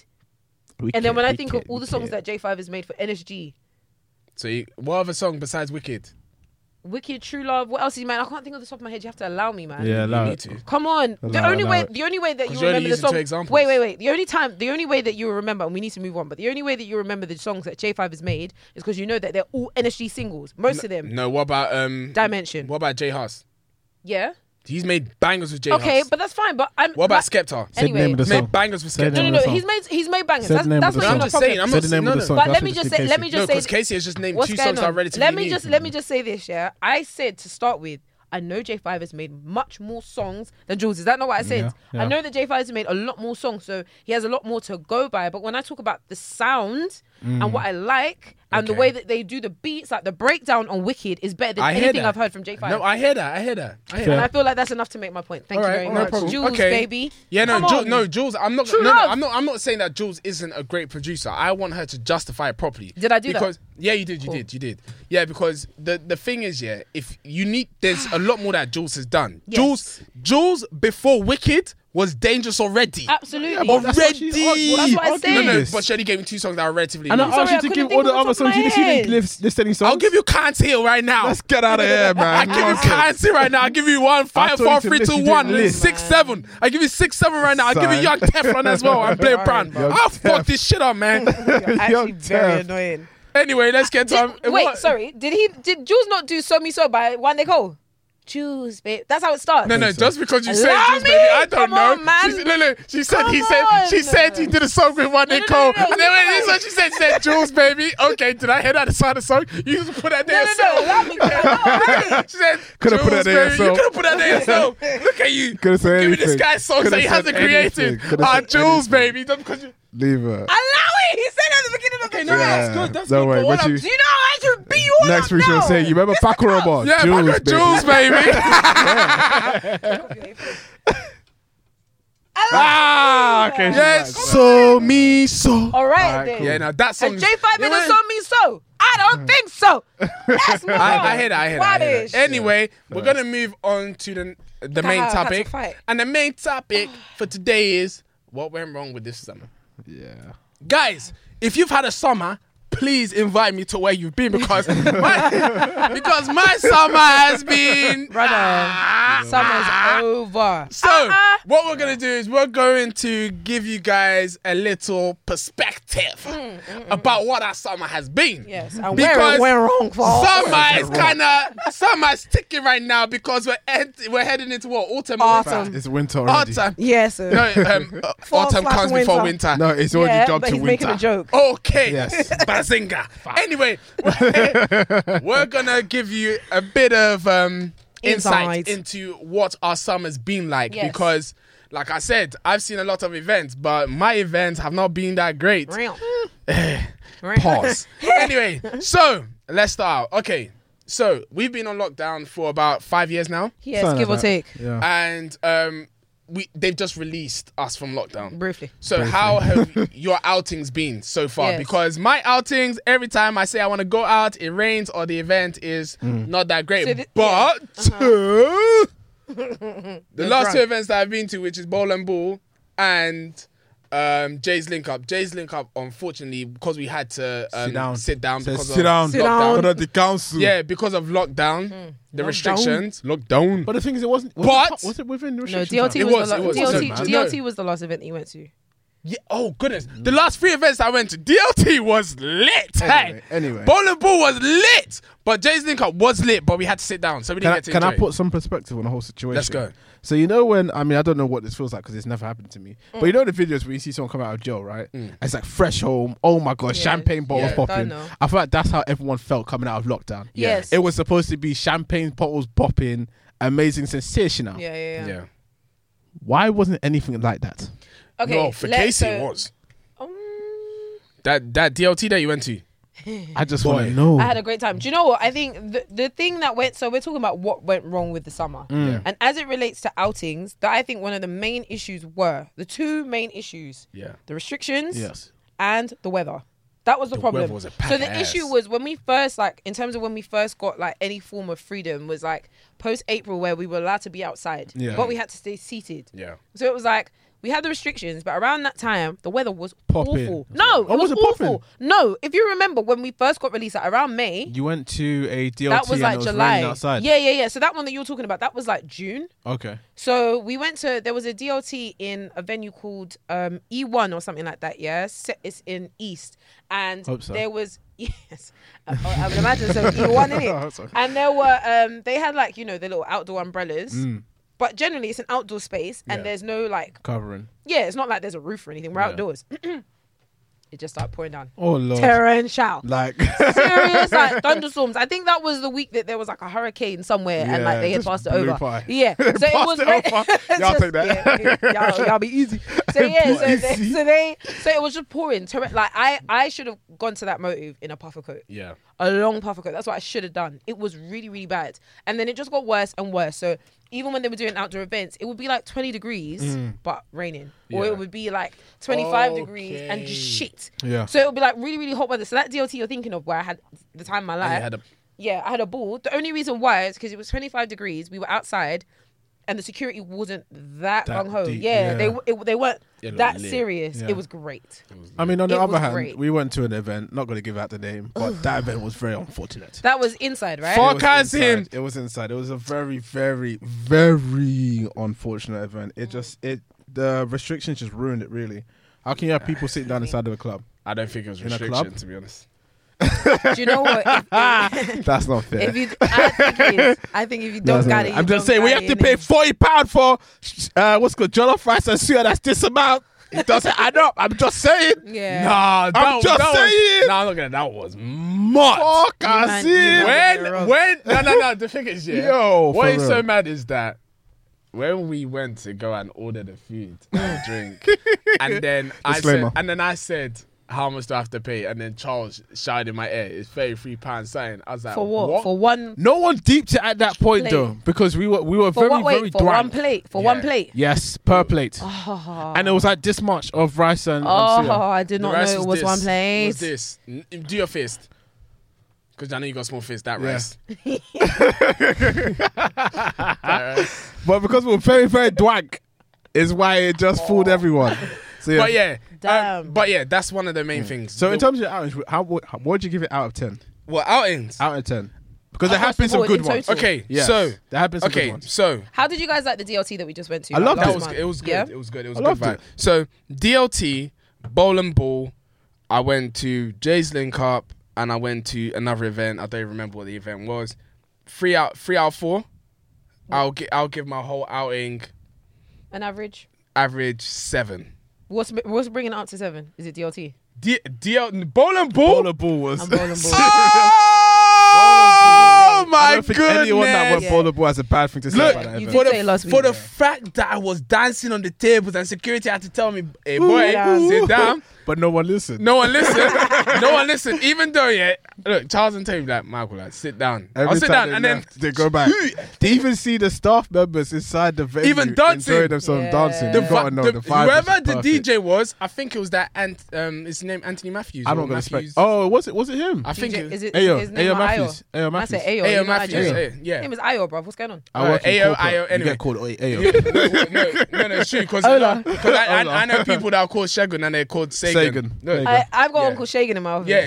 S1: and then when I think of all the songs that J5 has made for NSG,
S3: So, you, what other song besides Wicked?
S1: Wicked True Love. What else is man? I can't think of the top of my head. You have to allow me, man.
S2: Yeah, allow
S3: you need
S2: it.
S3: to.
S1: Come on. The
S2: Allow-
S1: only
S2: allow
S1: way
S2: it.
S1: the only way that you
S3: 'Cause you're only
S1: remember the
S3: using two
S1: song.
S3: examples.
S1: Wait, wait, wait. The only time the only way that you remember, and we need to move on, but the only way that you remember the songs that J5 has made is because you know that they're all NSG singles. Most of them.
S3: No, what about um?
S1: Dimension.
S3: What about Jay Huss?
S1: Yeah.
S3: He's made bangers with Jay Huss.
S1: Okay, but that's fine. But I'm
S3: what about
S1: but-
S3: Skepta?
S1: Say Anyway.
S2: name of the
S3: He's made
S2: song.
S3: bangers with
S2: Say the
S3: Skepta.
S1: No, no,
S2: Name of
S1: no.
S2: the
S1: He's
S2: song.
S1: made he's made bangers.
S2: Say the
S1: That's,
S2: name of
S1: that's
S2: the
S1: what
S2: song.
S1: I'm
S3: I'm
S1: not
S3: just saying.
S1: problem.
S3: I'm
S2: Say
S3: not
S2: the name
S3: saying.
S2: of
S3: No,
S2: the
S3: no.
S2: song.
S1: But
S2: That's
S1: let me
S2: just
S1: just
S2: in
S1: say,
S2: case
S1: let
S2: you-
S1: me just
S3: No,
S1: say,
S3: because Casey has just named
S1: what's
S3: two
S1: going
S3: songs that
S1: on?
S3: are relatively
S1: Let me
S3: new.
S1: just let me just say this, yeah. I said to start with, I know J5 has made much more songs than Jules. Is that not what I said?
S2: Yeah, yeah.
S1: I know that J5 has made a lot more songs, so he has a lot more to go by. But when I talk about the sound and what I like and the
S3: Mm. Okay.
S1: way that they do the beats, like the breakdown on Wicked is better than
S3: I hear
S1: anything
S3: that.
S1: I've heard from J5.
S3: No, I hear that. I hear that. I hear
S2: Fair.
S1: and
S3: that.
S1: I feel like that's enough to make my point. Thank
S3: All
S1: you
S3: right,
S1: very
S3: all right,
S1: much.
S3: cool.
S1: Jules,
S3: Okay.
S1: baby.
S3: Yeah, no,
S1: Come
S3: Ju-
S1: on.
S3: no, Jules. I'm not.
S1: True
S3: no, no,
S1: love.
S3: I'm not. I'm not saying that Jules isn't a great producer. I want her to justify it properly.
S1: Did I do that?
S3: because, Yeah, you did. You
S1: Cool.
S3: did. You did. Yeah, because the the thing is, yeah, if you need, there's a lot more that Jules has done.
S1: Yes.
S3: Jules, Jules before Wicked was dangerous already.
S1: Absolutely.
S2: Yeah, but that's what she's
S3: Already.
S2: argu-
S1: That's what I
S2: arguing
S1: said.
S3: No, no,
S2: this.
S3: but she only gave me two songs that are relatively.
S2: And I
S3: new.
S1: sorry,
S2: asked
S1: I
S2: you to
S1: couldn't
S2: give
S1: think
S2: all the
S1: of
S2: other
S1: the top of
S2: songs. You
S1: my
S2: didn't see
S1: head.
S2: the list, list any songs.
S3: I'll give you can't heal right now.
S2: Let's get out of here, man.
S3: I give you
S2: Nonsense.
S3: currency right now. I give you one
S2: I
S3: five,
S2: told you
S3: four,
S2: to
S3: three, two,
S2: listen to
S3: one,
S2: the list.
S3: six, seven. I give you six, seven right now. I give you
S2: Son.
S3: young Teflon as well. I'm Blair Brown.
S2: Young
S3: I'll fuck this shit up, man.
S1: You're actually
S2: Young
S1: very
S2: Turf.
S1: annoying.
S3: anyway, let's get to um,
S1: Did- wait,
S3: what-
S1: sorry. Did he? Did Jules not do "So Me So" by One Day Cole? Jules, babe. That's how it starts.
S3: No, no, just because you
S1: Allow
S3: said this, baby, I
S1: me.
S3: don't
S1: Come
S3: know.
S1: on, man.
S3: She, no, no, she said he
S1: Come
S3: said she
S1: on.
S3: said he did a song with one
S1: No,
S3: Nick
S1: no, no,
S3: Cole.
S1: no, no,
S3: And then wait,
S1: no.
S3: this is what she said. She said, Jules, baby. Okay, did I hear that inside the song? You just put that
S1: no,
S3: there
S1: no, no.
S3: yourself.
S1: Allow me. Allow me.
S3: She said,
S2: Coulda put that
S3: "Jules,
S2: there
S3: baby, You
S2: yourself."
S3: could have put that there yourself. Look at you.
S2: Coulda said
S3: Give me this
S2: anything.
S3: guy's songs
S2: Coulda
S3: that he
S2: said
S3: hasn't created.
S2: anything. Coulda
S3: Ah,
S2: said
S3: Jules,
S2: anything.
S3: baby. Just because you.
S2: Leave her.
S1: Allow it. He said at the beginning of the
S3: no,
S1: song.
S2: Yeah,
S3: that's good. That's
S2: don't
S3: good.
S2: worry,
S3: but what
S2: but
S3: I'm-
S2: you-
S1: Do you know how I should beat you all
S2: Next
S1: up
S2: week she'll
S1: now?
S2: say, you remember Paco Robot?
S3: Yeah, Jules,
S2: Jules, baby.
S3: Jules, baby.
S1: Allow-
S2: Ah, okay. she's
S3: yes.
S2: back.
S3: So me so.
S1: All right,
S2: Alright,
S1: then.
S2: cool.
S3: Yeah, now that song.
S1: And J5
S3: Yeah,
S1: in the
S3: wait.
S1: "So Me So." I don't think so. That's more.
S3: Hmm. I, I hear that. I hear that. I hear
S1: Rubbish.
S3: that. Anyway, we're gonna move on to the the main
S1: how I had to
S3: topic,
S1: fight.
S3: and the main topic for today is what went wrong with this summer.
S2: Yeah.
S3: guys, if you've had a summer, please invite me to where you've been because my, because my summer has been. Ah.
S1: Brother, summer's over.
S3: So
S1: Uh-uh.
S3: what we're gonna do is we're going to give you guys a little perspective about what our summer has been.
S1: Mm, Yes, and
S3: Because
S1: where it went wrong for all of us.
S3: Summer is kind of summer's ticking right now because we're ent- we're heading into what autumn.
S1: Autumn.
S2: It's winter already.
S3: Autumn.
S1: Yeah, so
S3: No, um, uh,
S1: Fall
S3: autumn
S1: slash
S3: comes before
S1: winter.
S3: winter.
S2: No, it's already
S1: yeah,
S2: jumped
S1: but
S2: to
S1: he's
S2: winter.
S1: making a joke.
S3: Oh. Okay.
S2: Yes.
S3: Bazinga. Anyway, we're gonna give you a bit of um,
S1: Insight.
S3: insight into what our summer's been like
S1: Yes.
S3: because, like I said, I've seen a lot of events, but my events have not been that great.
S1: Real.
S3: Mm. Pause. anyway, so let's start. out. Okay, so we've been on lockdown for about five years now,
S1: Yes,
S2: Something
S1: give
S2: like
S1: or
S2: that.
S1: take.
S2: Yeah.
S3: and um, we they've just released us from lockdown.
S1: Briefly.
S3: So how have your outings been so far?
S1: Yes.
S3: Because my outings, every time I say I want to go out, it rains or the event is
S2: Mm.
S3: not that great.
S1: So the-
S3: but the last two
S1: drunk.
S3: events that I've been to, which is Bowl and Ball and um, Jay's Link Up. Jay's Link Up, unfortunately, because we had to um,
S2: Sit down.
S3: sit down
S2: Says
S3: because
S2: sit
S3: of
S2: down.
S1: Sit down. Mm.
S2: But at the council.
S3: Yeah, because of lockdown, the restrictions, lockdown.
S2: But the thing is, it wasn't. Was
S3: But-
S2: it, pa- was it within
S1: No,
S2: restrictions?
S1: DLT
S3: It
S1: was,
S3: was,
S1: the
S3: it
S1: la-
S3: was, it
S1: DLT,
S3: was, man.
S1: DLT was the last event he went to.
S3: Yeah, oh goodness. The last three events I went to, DLT was lit. hey.
S2: Anyway, anyway.
S3: Bowling Ball was lit. But Jay's Link Up was lit, but we had to sit down. So we
S2: Can,
S3: didn't
S2: I,
S3: get to
S2: can I
S3: enjoy it.
S2: put some perspective on the whole situation?
S3: Let's go.
S2: So you know when I mean I don't know what this feels like because it's never happened to me.
S1: Mm.
S2: But you know the videos where you see someone come out of jail, right? And It's like fresh home. Oh my god,
S1: Yeah,
S2: champagne bottles
S3: yeah.
S1: Don't
S2: popping.
S1: know.
S2: I feel like that's how everyone felt coming out of lockdown.
S1: Yeah. Yes.
S2: It was supposed to be champagne bottles popping, amazing, sensational.
S1: Yeah, yeah, yeah.
S3: Yeah.
S2: Why wasn't anything like that?
S1: Okay,
S3: no, for
S1: let's,
S3: Casey
S1: uh,
S3: it was.
S1: um,
S3: That that DLT that you went to.
S2: I just want
S3: Boy.
S2: to know.
S1: I had a great time. Do you know what? I think the, the thing that went, so we're talking about what went wrong with the summer.
S3: Mm.
S1: And as it relates to outings, that I think one of the main issues were the two main issues
S3: Yeah.
S1: the restrictions
S2: yes.
S1: and the weather. That was the, problem.
S3: weather was a pack
S1: so
S3: of
S1: the issue
S3: ass.
S1: was when we first like in terms of when we first got like any form of freedom was like post April where we were allowed to be outside,
S2: Yeah.
S1: but we had to stay seated.
S3: Yeah.
S1: So it was like we had the restrictions, but around that time the weather was
S2: Popping.
S1: awful. No,
S2: Oh,
S1: it was,
S2: was it popping?
S1: awful. No, if you remember when we first got released, like around May,
S2: You went to a DLT
S1: that was
S2: and
S1: like
S2: it was
S1: July.
S2: raining outside.
S1: Yeah, yeah, yeah. So that one that you were talking about, that was like June.
S2: Okay.
S1: So we went to there was a DLT in a venue called um, E1 or something like that. Yeah, Se- it's in East, and
S2: Hope so.
S1: there was yes, I, I would imagine so E1 in
S2: Hope
S1: it.
S2: so.
S1: And there were um, they had like you know the little outdoor umbrellas, but generally it's an outdoor space and
S2: Mm. Yeah.
S1: there's no like
S2: Covering.
S1: yeah, it's not like there's a roof or anything. We're
S2: Yeah.
S1: outdoors. it just started pouring down.
S2: Oh lord.
S1: Terror and shout
S2: Like
S1: serious like thunderstorms. I think that was the week that there was like a hurricane somewhere and like
S2: Yeah,
S1: they had
S2: just
S1: passed it
S2: blew
S1: over.
S2: by.
S1: Yeah, so it
S2: passed
S1: was
S2: it
S1: very-
S2: over.
S1: it's
S2: Y'all take that.
S1: yeah, y'all, y'all be easy. So yeah, so they,
S2: Easy.
S1: so they so it was just pouring. Ter- like I I should have gone to that motive in a puffer coat,
S3: Yeah.
S1: a long puffer coat. That's what I should have done. It was really really bad, and then it just got worse and worse. So. Even when they were doing outdoor events, it would be like 20 degrees
S2: Mm.
S1: but raining, or
S3: Yeah.
S1: it would be like 25 degrees and just
S3: Okay.
S1: shit.
S2: Yeah.
S1: So it would be like really, really hot weather. So that DLT you're thinking of, where I had the time of my
S3: And
S1: life.
S3: you had a
S1: yeah, I had a ball. The only reason why is because it was 25 degrees. We were outside, and the security wasn't that,
S2: That
S1: gung ho.
S2: deep,
S1: Yeah,
S2: yeah.
S1: they it, they weren't
S3: Yeah, like
S1: that
S3: lit.
S1: serious.
S2: Yeah.
S1: It was great.
S2: I mean, on the
S1: It
S2: other
S1: was
S2: hand,
S1: great.
S2: we went to an event. Not going to give out the name, but that event was very unfortunate.
S1: That was inside, right?
S3: Fuck.
S2: It was
S3: Podcast him.
S2: inside. It was inside. It was a very, very, very unfortunate event. It just it the restrictions just ruined it. Really, how can you have people sitting down inside of a club?
S3: I don't think it was
S2: In a club?
S3: restriction to be honest.
S1: Do you know what? If,
S2: That's not fair.
S1: if you, I think it is. I think if you don't
S2: That's not
S1: got
S2: fair.
S1: it, you
S2: I'm
S1: don't
S2: just saying we
S1: got
S2: have
S1: it,
S2: to
S1: innit?
S2: pay forty pound for uh, what's called jollof rice and suya. That's this amount. It doesn't add up. I'm just saying.
S1: Yeah.
S3: Nah, Uh, that,
S2: I'm just
S3: that
S2: saying.
S3: Was, nah, I'm not gonna. That was much.
S2: Fuck,
S1: You
S2: I
S1: man-
S2: see.
S1: you
S2: it.
S1: man-
S3: when
S1: You're wrong.
S3: when no no no the thing is yeah
S2: Yo,
S3: what
S2: for
S3: is
S2: real.
S3: so mad is that when we went to go and order the food and drink and then I said,
S2: Disclaimer.
S3: and then I said how much do I have to pay and then Charles shouted in my ear it's 33 pounds sign I was like
S1: for what? For one.
S2: No one deeped it at that point
S1: Plate.
S2: though, because we were we were
S1: For
S2: very
S1: what?
S2: very
S1: Wait, for one
S2: drunk.
S1: plate. For
S3: Yeah.
S1: one plate.
S2: Yes, per plate,
S1: Oh,
S2: and it was like this much of rice and. and
S1: oh,
S2: suya.
S1: I did
S3: The
S1: not know
S3: rice
S1: it was
S3: this,
S1: one plate.
S3: was this N- do your fist because I know you got small fist that
S2: Yeah.
S3: rice That rice.
S2: But because we're very, very dwank, is why it just fooled
S1: Ah.
S2: everyone. So yeah.
S3: but yeah um,
S1: Damn.
S3: but yeah that's one of the main things
S2: Mm. So in
S3: The-
S2: terms of your outings, how would how, what would you give it out of ten?
S3: well outings
S2: Out of ten, because there
S1: Across
S2: have been
S1: the
S2: some
S1: board,
S2: good
S1: in
S2: ones.
S1: total.
S3: okay
S2: Yes,
S3: so
S2: there have been some good
S3: okay
S2: ones.
S3: so
S1: How did you guys like the DLT that we just went to?
S2: I
S1: last
S2: loved
S3: that
S2: That
S3: was
S1: month?
S3: it was good.
S1: Yeah?
S3: It was good. It was
S2: I
S3: good
S2: loved
S3: vibe.
S2: it.
S3: So DLT, bowl and ball. I went to Jay's Link Up and I went to another event. I don't even remember what the event was. Three out three out of four. I'll gi- I'll give my whole outing
S1: An average.
S3: average seven.
S1: What's what's bringing it up to seven? Is it DLT?
S3: D- DL bowl and ball.
S2: Bowler ball was.
S1: I'm bowling ball.
S2: I
S3: Oh my
S2: don't think anyone that went
S3: goodness!
S1: Yeah.
S2: bowler ball has a bad thing to say
S3: Look,
S2: about that
S1: you
S2: event.
S3: for
S1: did
S3: the,
S1: say it last
S3: for
S1: week.
S3: the fact that I was dancing on the tables and security had to tell me, "Hey boy,
S1: yeah.
S3: sit down."
S2: but no one listened.
S3: No one listened. no one listened. Even though, yeah, look, Charles and Toby like Michael, like sit down. I'll
S2: Every
S3: sit
S2: time
S3: down,
S2: they
S3: and then
S2: left, they go back. they even see the staff members inside the venue,
S3: Even dancing.
S2: enjoying themselves
S1: Yeah.
S2: dancing.
S1: The
S2: You've got to know the, vibe was
S3: whoever the
S2: perfect.
S3: DJ was, I think it was that. And um, his name Anthony Matthews.
S2: I'm
S3: or
S2: not gonna expect.
S3: Matthews.
S2: Oh, was it was it him?
S3: I think it,
S1: is it
S2: Ayo,
S1: his name
S2: Ayo
S1: or Ayo?
S2: Matthews. Ayo
S1: I said
S2: Matthews.
S1: Ayo.
S3: Ayo
S1: you know I
S3: Matthews,
S1: just-
S3: Ayo, yeah.
S1: His name is Ayo, bruv. What's going on?
S2: I work in
S3: Ayo,
S2: corporate.
S3: Ayo,
S2: You
S3: anyway.
S2: get called Ayo.
S3: no, no, no, no, shoot, because
S1: Ola.
S3: I, I,
S2: Ola.
S3: I know people that are called Shagun and they're called Sagan.
S2: Sagan.
S3: No,
S2: Sagan.
S1: I, I've got
S3: Yeah.
S1: Uncle Shagan in my office.
S3: yeah,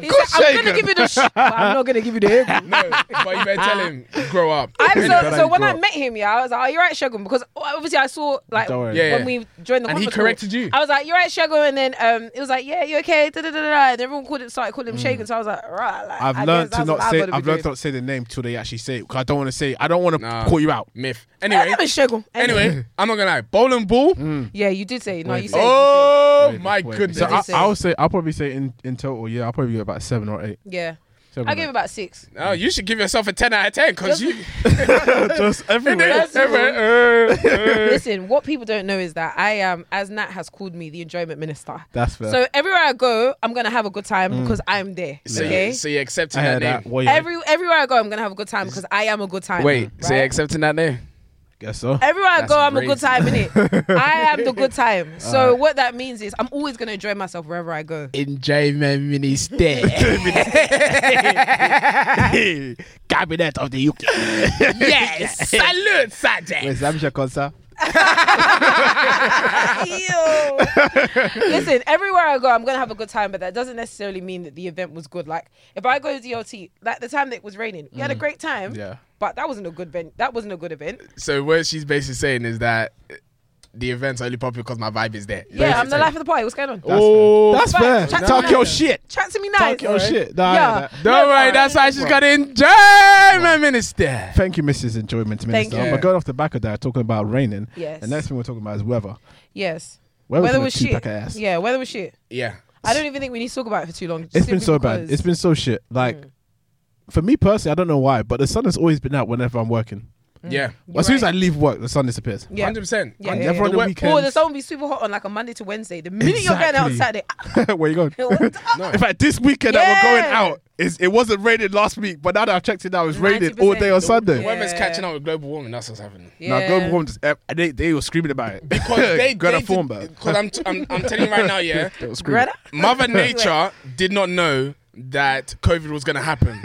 S1: He said, I'm gonna give you the. Sh- but I'm not gonna give you the. hip."
S3: no, but you better tell him grow up.
S1: I'm
S2: Really better
S1: so, so
S2: you
S1: when
S2: grow
S1: I
S2: up.
S1: met him, yeah, I was like, "Are you right, Shagun?" Because obviously I saw like
S2: Don't worry.
S3: Yeah,
S1: when
S3: yeah.
S1: we joined the
S3: And he
S1: conference
S3: corrected
S1: call,
S3: you.
S1: I was like, "You're right, Shagun," and then um, it was like, "Yeah, you okay?" Da, da, da, da, da. And everyone called it, started calling him Shagun. So I was like, "Right." Like, I
S2: Mm. I've
S1: guess
S2: learned to
S1: that's
S2: not
S1: what
S2: say.
S1: gotta be
S2: I've
S1: doing.
S2: learned to not say the name till they actually say it. 'cause I don't want to say. I don't want to
S3: Nah. Oh
S2: call you out.
S3: Myth.
S1: My name
S3: Anyway,
S1: is Shagun.
S3: anyway, I'm not gonna lie. Bowling ball.
S1: Yeah, you did say. No,
S2: Wait.
S1: you said.
S3: Oh my
S2: Mm. Wait,
S3: goodness.
S2: So
S1: Did he
S2: I,
S1: say-
S2: I'll say. I'll probably say in, in total. Yeah, I'll probably give about seven or eight.
S1: Yeah.
S2: Seven
S1: I
S2: or
S1: gave
S2: eight.
S1: about six.
S3: Oh, you should give yourself a 10 out of 10 because you.
S2: just everywhere.
S1: That's all.
S3: Uh, uh.
S1: Listen, what people don't know is that I am, as Nat has called me, the enjoyment minister.
S2: That's Mm. fair.
S1: So everywhere I go, I'm gonna have a good time because I'm there.
S3: So,
S1: Okay.
S3: you, so you're accepting
S2: I
S3: that
S2: heard that.
S3: name?
S2: What you-
S1: Every everywhere I go, I'm gonna have a good time because I am a good time.
S3: Wait, so you're
S1: right?
S3: accepting that name?
S2: Guess so.
S1: Everywhere I
S3: That's
S1: go, I'm a good
S3: racist.
S1: time in it. I am the good time. So what that means is I'm always gonna enjoy myself wherever I go.
S3: Enjoy my minister.
S2: Cabinet of the UK.
S3: yes. Salute, Sergeant.
S2: Where's Zamsha Kosa?
S1: Ew. Listen, everywhere I go, I'm gonna have a good time, but that doesn't necessarily mean that the event was good. Like if I go to DLT, like the time that it was raining, we had a great time.
S2: Mm. Yeah.
S1: But that wasn't a good event. That wasn't a good event.
S3: So what she's basically saying is that the event's only popular because my vibe is there.
S1: Yeah, I'm the life of the party. What's going on?
S3: Oh,
S2: That's
S1: Fuck,
S2: fair.
S1: chat
S2: Talk
S1: to
S2: your
S1: me.
S2: shit.
S1: Chat to me nice.
S2: Talk your shit. Nah, I
S1: Yeah.
S2: hear that.
S3: don't
S1: No,
S3: worry.
S1: no.
S3: That's why she's got to enjoy my minister.
S2: Thank you, Mrs. Enjoyment Minister.
S1: you.
S2: But going off the back of that, talking about raining.
S1: Yes.
S2: The next thing we're talking about is weather.
S1: Yes.
S2: Weather's
S1: weather
S2: gonna
S1: was
S2: chew
S1: shit.
S2: back her ass.
S1: Yeah, weather was shit.
S3: Yeah.
S1: I don't even think we need to talk about it for too long.
S2: It's been so bad. It's been so shit. Like,
S1: Mm.
S2: for me personally, I don't know why, but the sun has always been out whenever I'm working.
S3: Yeah.
S2: as soon as I leave work, the sun disappears.
S1: Mm. Yeah.
S3: 100%.
S1: Yeah,
S2: And
S1: yeah,
S2: never
S1: yeah.
S2: on the,
S3: The we-
S2: weekend.
S1: Oh, the sun will be super hot on like a Monday to Wednesday. The minute you're going out on Saturday,
S2: Exactly. Where you going? In fact, this weekend that we're going
S1: Yeah.
S2: out is it wasn't raining last week, but now that I've checked it out, it's raining all day on
S1: 90%.
S2: Sunday.
S1: Yeah.
S3: Whoever's catching up with global warming, that's what's happening.
S2: Now
S1: Yeah.
S2: global warming, just, eh, they they were screaming about it
S3: Because they,
S2: Greta
S3: they did-
S2: Thunberg.
S3: Because I'm, t- I'm, I'm telling you right now, yeah,
S2: They were screaming.
S1: Greta?
S3: Mother Nature did not know that COVID was going to happen.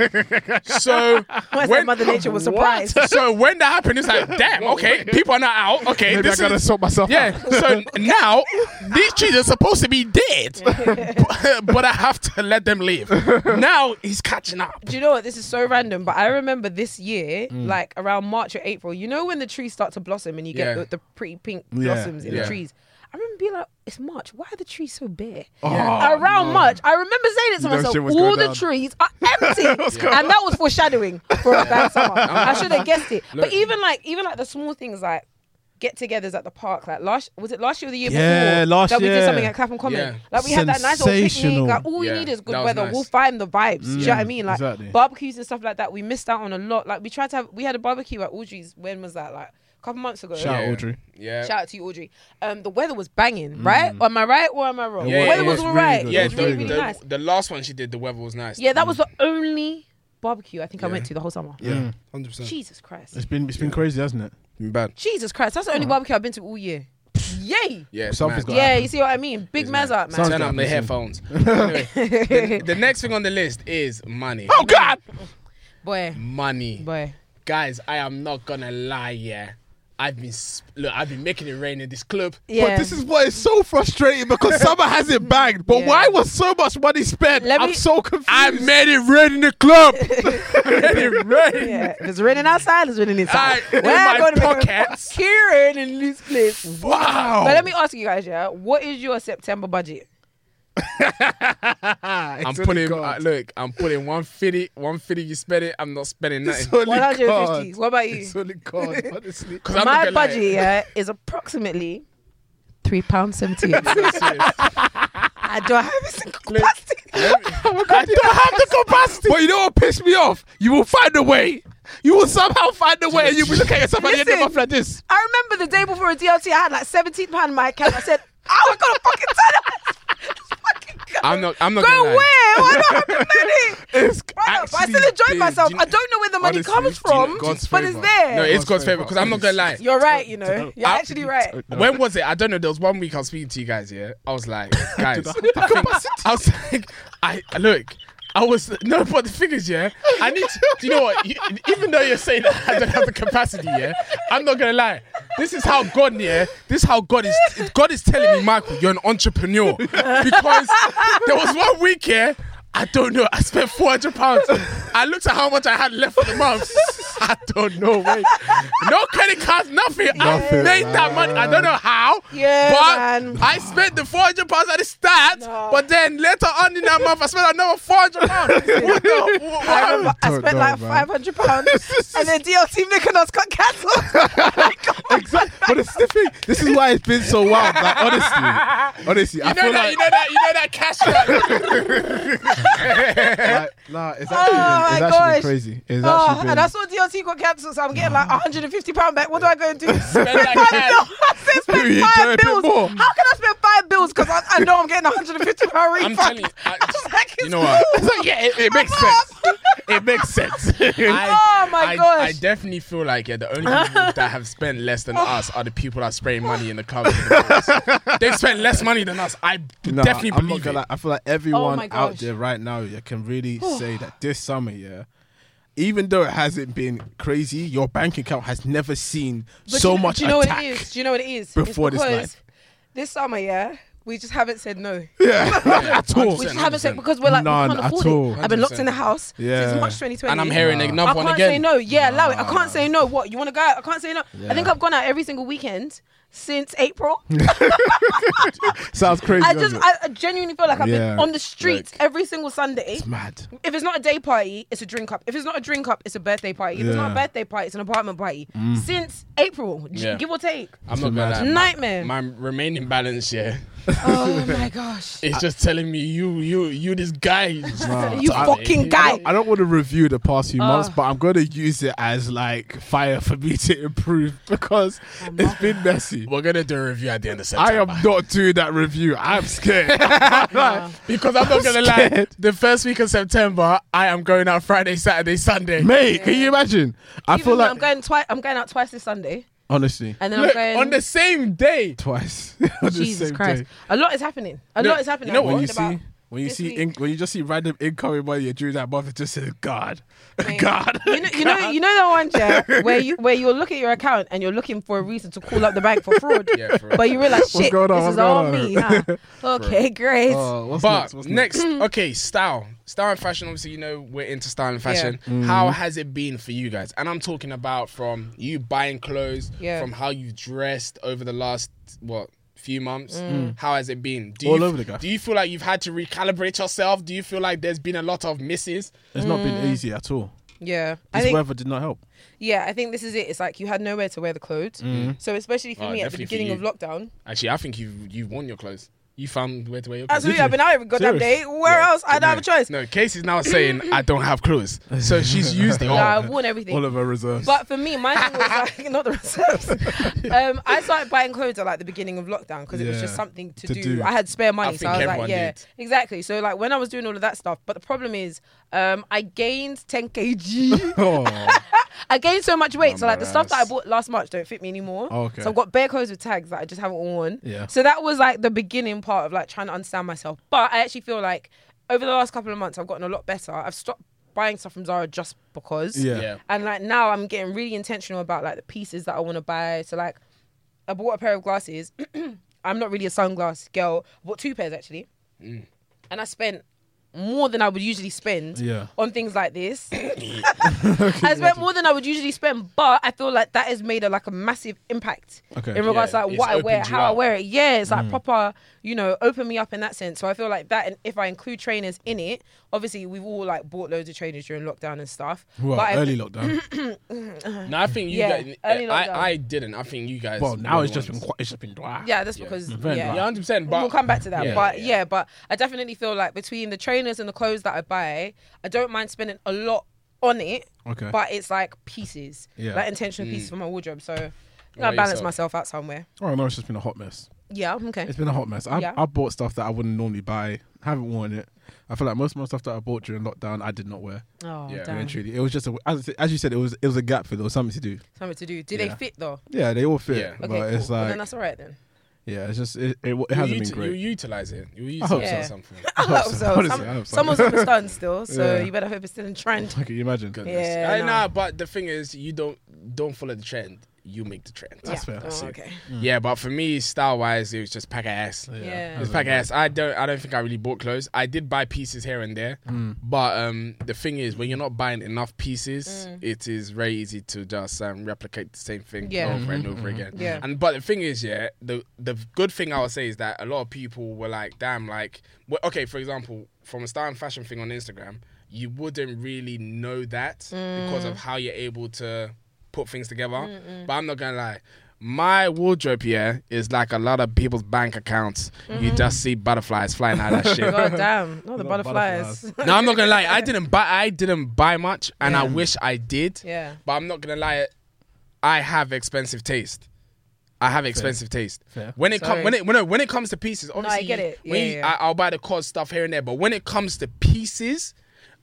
S3: So
S1: I said
S3: when
S1: Mother Nature was surprised.
S3: So when that happened, it's like, damn, okay, people are not out. Okay,
S2: Maybe I
S3: this
S2: gotta
S3: is.
S2: sort myself
S3: yeah,
S2: out.
S3: so now these trees are supposed to be dead, but, but I have to let them live. Now he's catching up.
S1: Do you know what? This is so random, but I remember this year,
S2: Mm.
S1: like around March or April, you know when the trees start to blossom and you get
S3: Yeah.
S1: the, the pretty pink blossoms in
S3: yeah.
S1: the trees? I remember being like, it's March. Why are the trees so bare?
S2: Oh, Yeah.
S3: Oh,
S1: Around March, I remember saying it to
S2: know
S1: myself,
S2: shit was
S1: all
S2: going
S1: the
S2: down."
S1: trees are empty. and that was foreshadowing for a bad summer. I should have guessed it.
S3: Look.
S1: But even like even like the small things like get togethers at the park, like last was it last year or the year
S2: Yeah,
S1: before?
S2: last
S1: that we
S2: year.
S1: did something at Clapham Common.
S3: Yeah.
S1: Like we had that nice old picnic.
S2: Sensational.
S1: Like all we
S3: Yeah,
S1: need is good
S3: that was
S1: weather.
S3: nice.
S1: We'll find the vibes. Do you know what I
S2: Mm,
S1: mean? Like
S2: exactly.
S1: barbecues and stuff like that. We missed out on a lot. Like we tried to have we had a barbecue at Audrey's when was that? Like a couple months ago.
S2: Shout out Audrey.
S3: Yeah.
S1: Shout out to you, Audrey. Um, the weather was banging, right? Am I right or am I wrong?
S3: Mm. Yeah,
S1: the weather was
S3: yeah, it was
S1: all
S2: really
S1: right.
S2: good.
S1: It
S3: Yeah,
S1: was
S3: the,
S1: really, really
S3: the,
S1: nice.
S3: the last one she did, the weather was nice.
S1: Yeah, that was the only barbecue I think I
S3: Yeah.
S1: went to the whole summer.
S3: Yeah, hundred percent.
S1: Jesus Christ.
S2: It's been it's been crazy, hasn't it?
S3: Bad.
S1: Jesus Christ. That's the
S3: Uh-huh.
S1: only barbecue I've been to all year. Yay.
S3: Yeah,
S2: Something's
S3: mad.
S2: got-
S1: Yeah, you see what I mean? Big man's up, man.
S2: Sounds-
S3: Turn up the headphones. Anyway, the, the next thing on the list is money.
S2: Oh God!
S1: Boy,
S3: Money,
S1: boy.
S3: guys. I am not gonna lie. Yeah, I've been sp- look. I've been making it rain in this club.
S1: Yeah.
S2: But this is what is so frustrating because summer hasn't bagged. But
S1: Yeah.
S2: why was so much money spent?
S1: Let
S2: I'm
S1: me-
S2: so confused.
S3: I made it rain in the club. I made it rain.
S1: Yeah, if it's raining outside, it's raining inside.
S3: I, in
S1: We're
S3: my
S1: gonna make a
S3: pockets.
S1: Kieran in this place.
S3: Wow.
S1: But let me ask you guys, yeah, what is your September budget?
S3: Oh I'm
S2: Ah, It's
S3: putting
S2: only
S3: uh,
S2: God.
S3: look. I'm putting one fifty. One fifty. You spend it. I'm not spending
S2: It's
S3: nothing.
S2: only
S1: 150.
S2: God.
S1: What about you?
S2: It's only God, honestly.
S3: 'Cause I'm not
S1: My
S3: gonna lie.
S1: budget yeah, is approximately three pounds seventy. I don't have a single
S3: Look.
S1: capacity.
S2: I don't have the capacity. But you know what pissed me off? You will find a way. You will somehow find a way, and you'll be looking at yourself at the end of the
S1: Listen.
S2: month like this.
S1: I remember the day before a DLT, I had like seventeen pound in my account. I said, "I was gonna fucking turn up." Fucking go-
S3: I'm not. I'm not
S1: Go
S3: gonna
S1: where?
S3: lie.
S1: Why not have the money?
S2: It's
S1: Why not? But I
S2: actually
S1: still enjoyed
S2: big.
S1: myself.
S2: Do you-
S1: I don't know where the money
S2: Honestly,
S1: comes
S2: do you know
S1: from,
S2: God's
S1: but it's
S2: favour?
S1: there.
S3: No, it's
S2: God's
S3: God's favor
S2: favour.
S3: because I'm not gonna lie.
S1: You're right. You know, you're
S3: I-
S1: actually right.
S3: When was it? I don't know. There was one week I was speaking to you guys. Yeah, I was like, guys, I,
S2: the
S3: think-
S2: capacity.
S3: I was like, I look. I was no, but the figures, yeah. I need to. Do you know what? You, even though you're saying that I don't have the capacity, yeah, I'm not gonna lie. This is how God, yeah. This is how God is. God is telling me, Michael, you're an entrepreneur because there was one week, yeah. I don't know. I spent 400 pounds. I looked at how much I had left for the month. I don't know. Wait, no credit cards, nothing. I
S2: Nothing,
S3: made that money. I don't know how.
S1: Yeah,
S3: but
S1: man.
S3: I spent the 400 pounds at the start,
S1: No.
S3: but then later on in that month, I spent another 400 pounds. what the? What,
S1: I, remember I
S2: Don't
S1: spent
S2: know,
S1: like
S2: man.
S1: five hundred pounds, and then DLT Mykonos got cancelled.
S2: Exactly. But it's the thing. This is why it's been so wild. Like honestly, honestly, I
S3: you know
S2: feel
S3: that,
S2: like,
S3: you know that, you know that cash. flow.
S2: like nah,
S1: Oh my
S2: it's actually, been, it's actually been
S1: gosh.
S2: crazy. It's
S1: Oh,
S2: actually been.
S1: and I saw DLT got cancelled, so I'm getting like 150 pound back. What do I go and do? spend
S3: that
S1: five
S3: cash.
S1: bills. I said spend
S2: You enjoy a
S1: five
S2: bit
S1: bills.
S2: more.
S1: How can I spend five bills? because I, I know I'm getting 150 pound refund.
S3: I'm telling you, I-
S1: was like,
S3: you know what?
S2: It's like, yeah, it, it makes sense. It makes sense.
S3: I,
S1: Oh my
S3: I,
S1: gosh.
S3: I definitely feel like yeah, the only people that have spent less than us are the people that spray money in the club. They've spent less money than us. I d-
S2: No,
S3: definitely
S2: I'm not
S3: believe it.
S2: gonna lie. I feel like everyone
S1: Oh my
S2: out
S1: gosh.
S2: there right now yeah, can really say that this summer, yeah, even though it hasn't been crazy, your bank account has never seen
S1: But
S2: so
S1: do you,
S2: much
S1: Do you know
S2: attack.
S1: what it is? Do you know what it is?
S2: before
S1: it's
S2: this
S1: because
S2: life.
S1: this summer, yeah, we just haven't said no.
S2: Yeah, not at all.
S1: We just
S3: 100%.
S1: haven't said because we're like
S2: None
S1: we can't afford
S2: at all.
S1: it. I've been locked in the house
S2: Yeah.
S1: since March 2020.
S3: And I'm hearing
S1: I
S3: another
S1: can't
S3: one
S1: say
S3: again.
S1: no. Yeah, allow it. I can't say no. What you want to go? out? I can't say no. I think
S2: Yeah.
S1: I've gone out every single weekend since April.
S2: Sounds crazy.
S1: I
S2: doesn't
S1: just,
S2: it?
S1: I I genuinely feel like I've
S2: Yeah.
S1: been on the streets every single Sunday.
S2: it's mad.
S1: If it's not a day party, it's a drink up. If it's not a drink up, it's a birthday party. If it's not a
S2: Yeah. Mm.
S1: birthday party, it's an apartment party. Since April, j-
S3: Yeah.
S1: give or take.
S3: I'm not gonna lie. my-
S1: Nightmare.
S3: My remaining balance, yeah,
S1: oh my gosh.
S3: it's just telling me you, you, you, this guy.
S1: You
S2: I-
S1: fucking Uh.
S2: I
S1: guy.
S2: don't, I don't want to review the past few months, but I'm going to use it as like fire for me to improve because it's been messy.
S3: We're gonna do a review at the end of September.
S2: I am not doing that review. I'm scared. Like,
S3: Because I'm not gonna lie,
S2: scared.
S3: the first week of September, I am going out Friday, Saturday, Sunday.
S2: mate, can you imagine? I
S1: Even
S2: feel
S1: though
S2: like
S1: I'm going twice. I'm going out twice this Sunday,
S2: honestly,
S1: and then
S3: Look,
S1: I'm going
S3: on the same day.
S2: twice. on the
S1: Jesus
S2: same
S1: Christ.
S2: day.
S1: A lot is happening. A
S3: No,
S1: lot is happening.
S3: you know
S1: I'm
S3: what
S2: When
S1: worried
S2: you
S1: about
S2: see. When you
S1: this
S2: see,
S1: week.
S2: in, when you just see random incoming money during that month, it just says God,
S1: Mate.
S2: God.
S1: You know, you know, you know that one, Jeff, where you where you'll look at your account and you're looking for a reason to call up the bank for fraud,
S3: Yeah, for real.
S1: but you realize shit,
S2: going on?
S1: this
S2: What's
S1: is all
S2: going on?
S1: me. Huh? Okay, great.
S2: Oh, what's
S3: but
S2: next? What's
S3: next, okay, style, style and fashion. Obviously, you know we're into style and fashion.
S1: Mm.
S3: How has it been for you guys? And I'm talking about from you buying clothes,
S1: Yeah.
S3: from how you've dressed over the last what few months.
S1: Mm.
S3: Mm. How has it been? Do
S2: All
S3: you,
S2: over the gaff.
S3: Do you feel like you've had to recalibrate yourself? Do you feel like there's been a lot of misses?
S2: It's not been easy at all.
S1: Yeah, Mm. I
S2: This
S1: think
S2: weather did not help.
S1: yeah, I think this is it. It's like you had nowhere to wear the clothes, so especially for
S3: Oh,
S1: me at the
S3: definitely for
S1: beginning of lockdown.
S3: Actually, I think you've you've worn your clothes. You found where to wear your clothes.
S1: Absolutely, I've been out every goddamn
S2: Serious?
S1: day. Where else? I don't have a choice.
S3: No, Casey's now saying I don't have clothes, so she's used it all.
S1: Nah, I've worn everything.
S2: All of our reserves.
S1: But for me, my thing was like not the reserves. Um, I started buying clothes at like the beginning of lockdown because it was
S2: Yeah.
S1: just something to,
S2: To
S1: do.
S2: do.
S1: I had spare money,
S3: I
S1: so
S3: think
S1: I was like,
S3: everyone
S1: yeah,
S3: did.
S1: exactly. So like when I was doing all of that stuff, but the problem is, um, I gained 10 kg.
S2: oh.
S1: I gained so much weight. So like the stuff that I
S3: Numbers.
S1: bought last March don't fit me anymore.
S2: Oh, okay.
S1: So I've got bare clothes with tags that I just haven't worn.
S2: Yeah.
S1: So that was like the beginning part of like trying to understand myself. But I actually feel like over the last couple of months, I've gotten a lot better. I've stopped buying stuff from Zara just because.
S2: Yeah.
S3: Yeah.
S1: And like now I'm getting really intentional about like the pieces that I want to buy. So like I bought a pair of glasses. I'm not really a sunglass girl. I bought two pairs actually. And I spent more than I would usually spend
S2: Yeah.
S1: on things like this. I spent more than I would usually spend, but I feel like that has made a like a massive impact
S2: Okay. Mm.
S1: in regards
S3: Yeah,
S1: to like
S3: it's
S1: what I
S3: opened
S1: wear,
S3: you
S1: how I
S3: up.
S1: wear it. Yeah, it's like proper, you know, open me up in that sense. So I feel like that, and if I include trainers in it, obviously we've all like bought loads of trainers during lockdown and stuff.
S2: Well,
S1: but I-
S2: early lockdown.
S3: No, I think you
S1: Yeah,
S3: guys.
S1: early lockdown.
S3: I, I didn't. I think you guys.
S2: well, now
S3: were
S2: it's
S3: the
S2: just been
S3: ones.
S2: quite, it's just been dry.
S1: yeah, that's because
S2: Very
S1: yeah.
S2: nice.
S3: Yeah, hundred percent. But
S1: we'll come back to that.
S3: Yeah,
S1: but
S3: yeah.
S1: yeah. but I definitely feel like between the trainers and the clothes that I buy, I don't mind spending a lot on it.
S2: Okay.
S1: But it's like pieces,
S2: Yeah.
S1: like intentional pieces for my wardrobe. So you know, I
S3: Mm. about
S1: balance
S3: yourself?
S1: myself out somewhere.
S2: Oh no, it's just been a hot mess.
S1: Yeah, I'm okay.
S2: It's been a hot mess. I
S1: Yeah.
S2: I bought stuff that I wouldn't normally buy. Haven't worn it. I feel like most of my stuff that I bought during lockdown, I did not wear.
S1: Oh,
S3: Yeah.
S1: damn.
S2: And truly, it was just a, as, as you said, it was it was a gap for there was something to do.
S1: Something to do. Do they
S2: Yeah.
S1: fit though?
S2: Yeah, they all fit,
S3: Yeah.
S2: but
S1: Okay, cool.
S2: it's
S1: well, then
S2: like
S1: that's all right then.
S2: yeah, it's just it, it, it
S3: you
S2: hasn't been
S3: uti-
S2: great.
S3: You utilize it. You
S2: I
S3: utilize
S2: hope
S3: it
S1: so.
S3: or
S1: Yeah.
S3: something.
S1: I hope
S2: so.
S1: so.
S2: Honestly,
S1: Some-
S2: I hope so.
S1: Someone's on a standstill, so
S2: Yeah.
S1: you better hope it's still in trend.
S2: Can you imagine?
S3: Goodness.
S1: Yeah,
S3: I
S1: no.
S3: know, but the thing is, you don't don't follow the trend. You make the trend.
S2: That's
S1: yeah.
S2: fair.
S1: Oh,
S2: That's
S3: it.
S1: okay.
S3: Yeah, but for me, style wise, it was just pack of ass.
S1: Yeah.
S3: It's pack of ass. I don't. I don't think I really bought clothes. I did buy pieces here and there,
S2: Mm.
S3: but um, the thing is, when you're not buying enough pieces,
S1: Mm.
S3: it is very easy to just um, replicate the same thing
S1: Yeah.
S3: over
S2: Mm-hmm.
S3: and over again.
S1: Yeah.
S3: And but the thing is, yeah, the the good thing I would say is that a lot of people were like, damn, like, well, okay, for example, from a style and fashion thing on Instagram, you wouldn't really know that because of how you're able to put things together. But I'm not gonna lie. My wardrobe here is like a lot of people's bank accounts. You just see butterflies flying out of that shit.
S1: God damn, not the
S2: Not
S1: butterflies.
S2: butterflies.
S3: No, I'm not gonna lie. I didn't buy. I didn't buy much, and I wish I did.
S1: Yeah.
S3: But I'm not gonna lie. I have expensive taste. I have expensive taste.
S2: Fair.
S3: When it comes
S1: Sorry.
S3: when it when, no, when it comes to pieces, obviously
S1: get it.
S3: when
S1: Yeah,
S3: you-
S1: yeah.
S3: I, I'll buy the COD stuff here and there, but when it comes to pieces,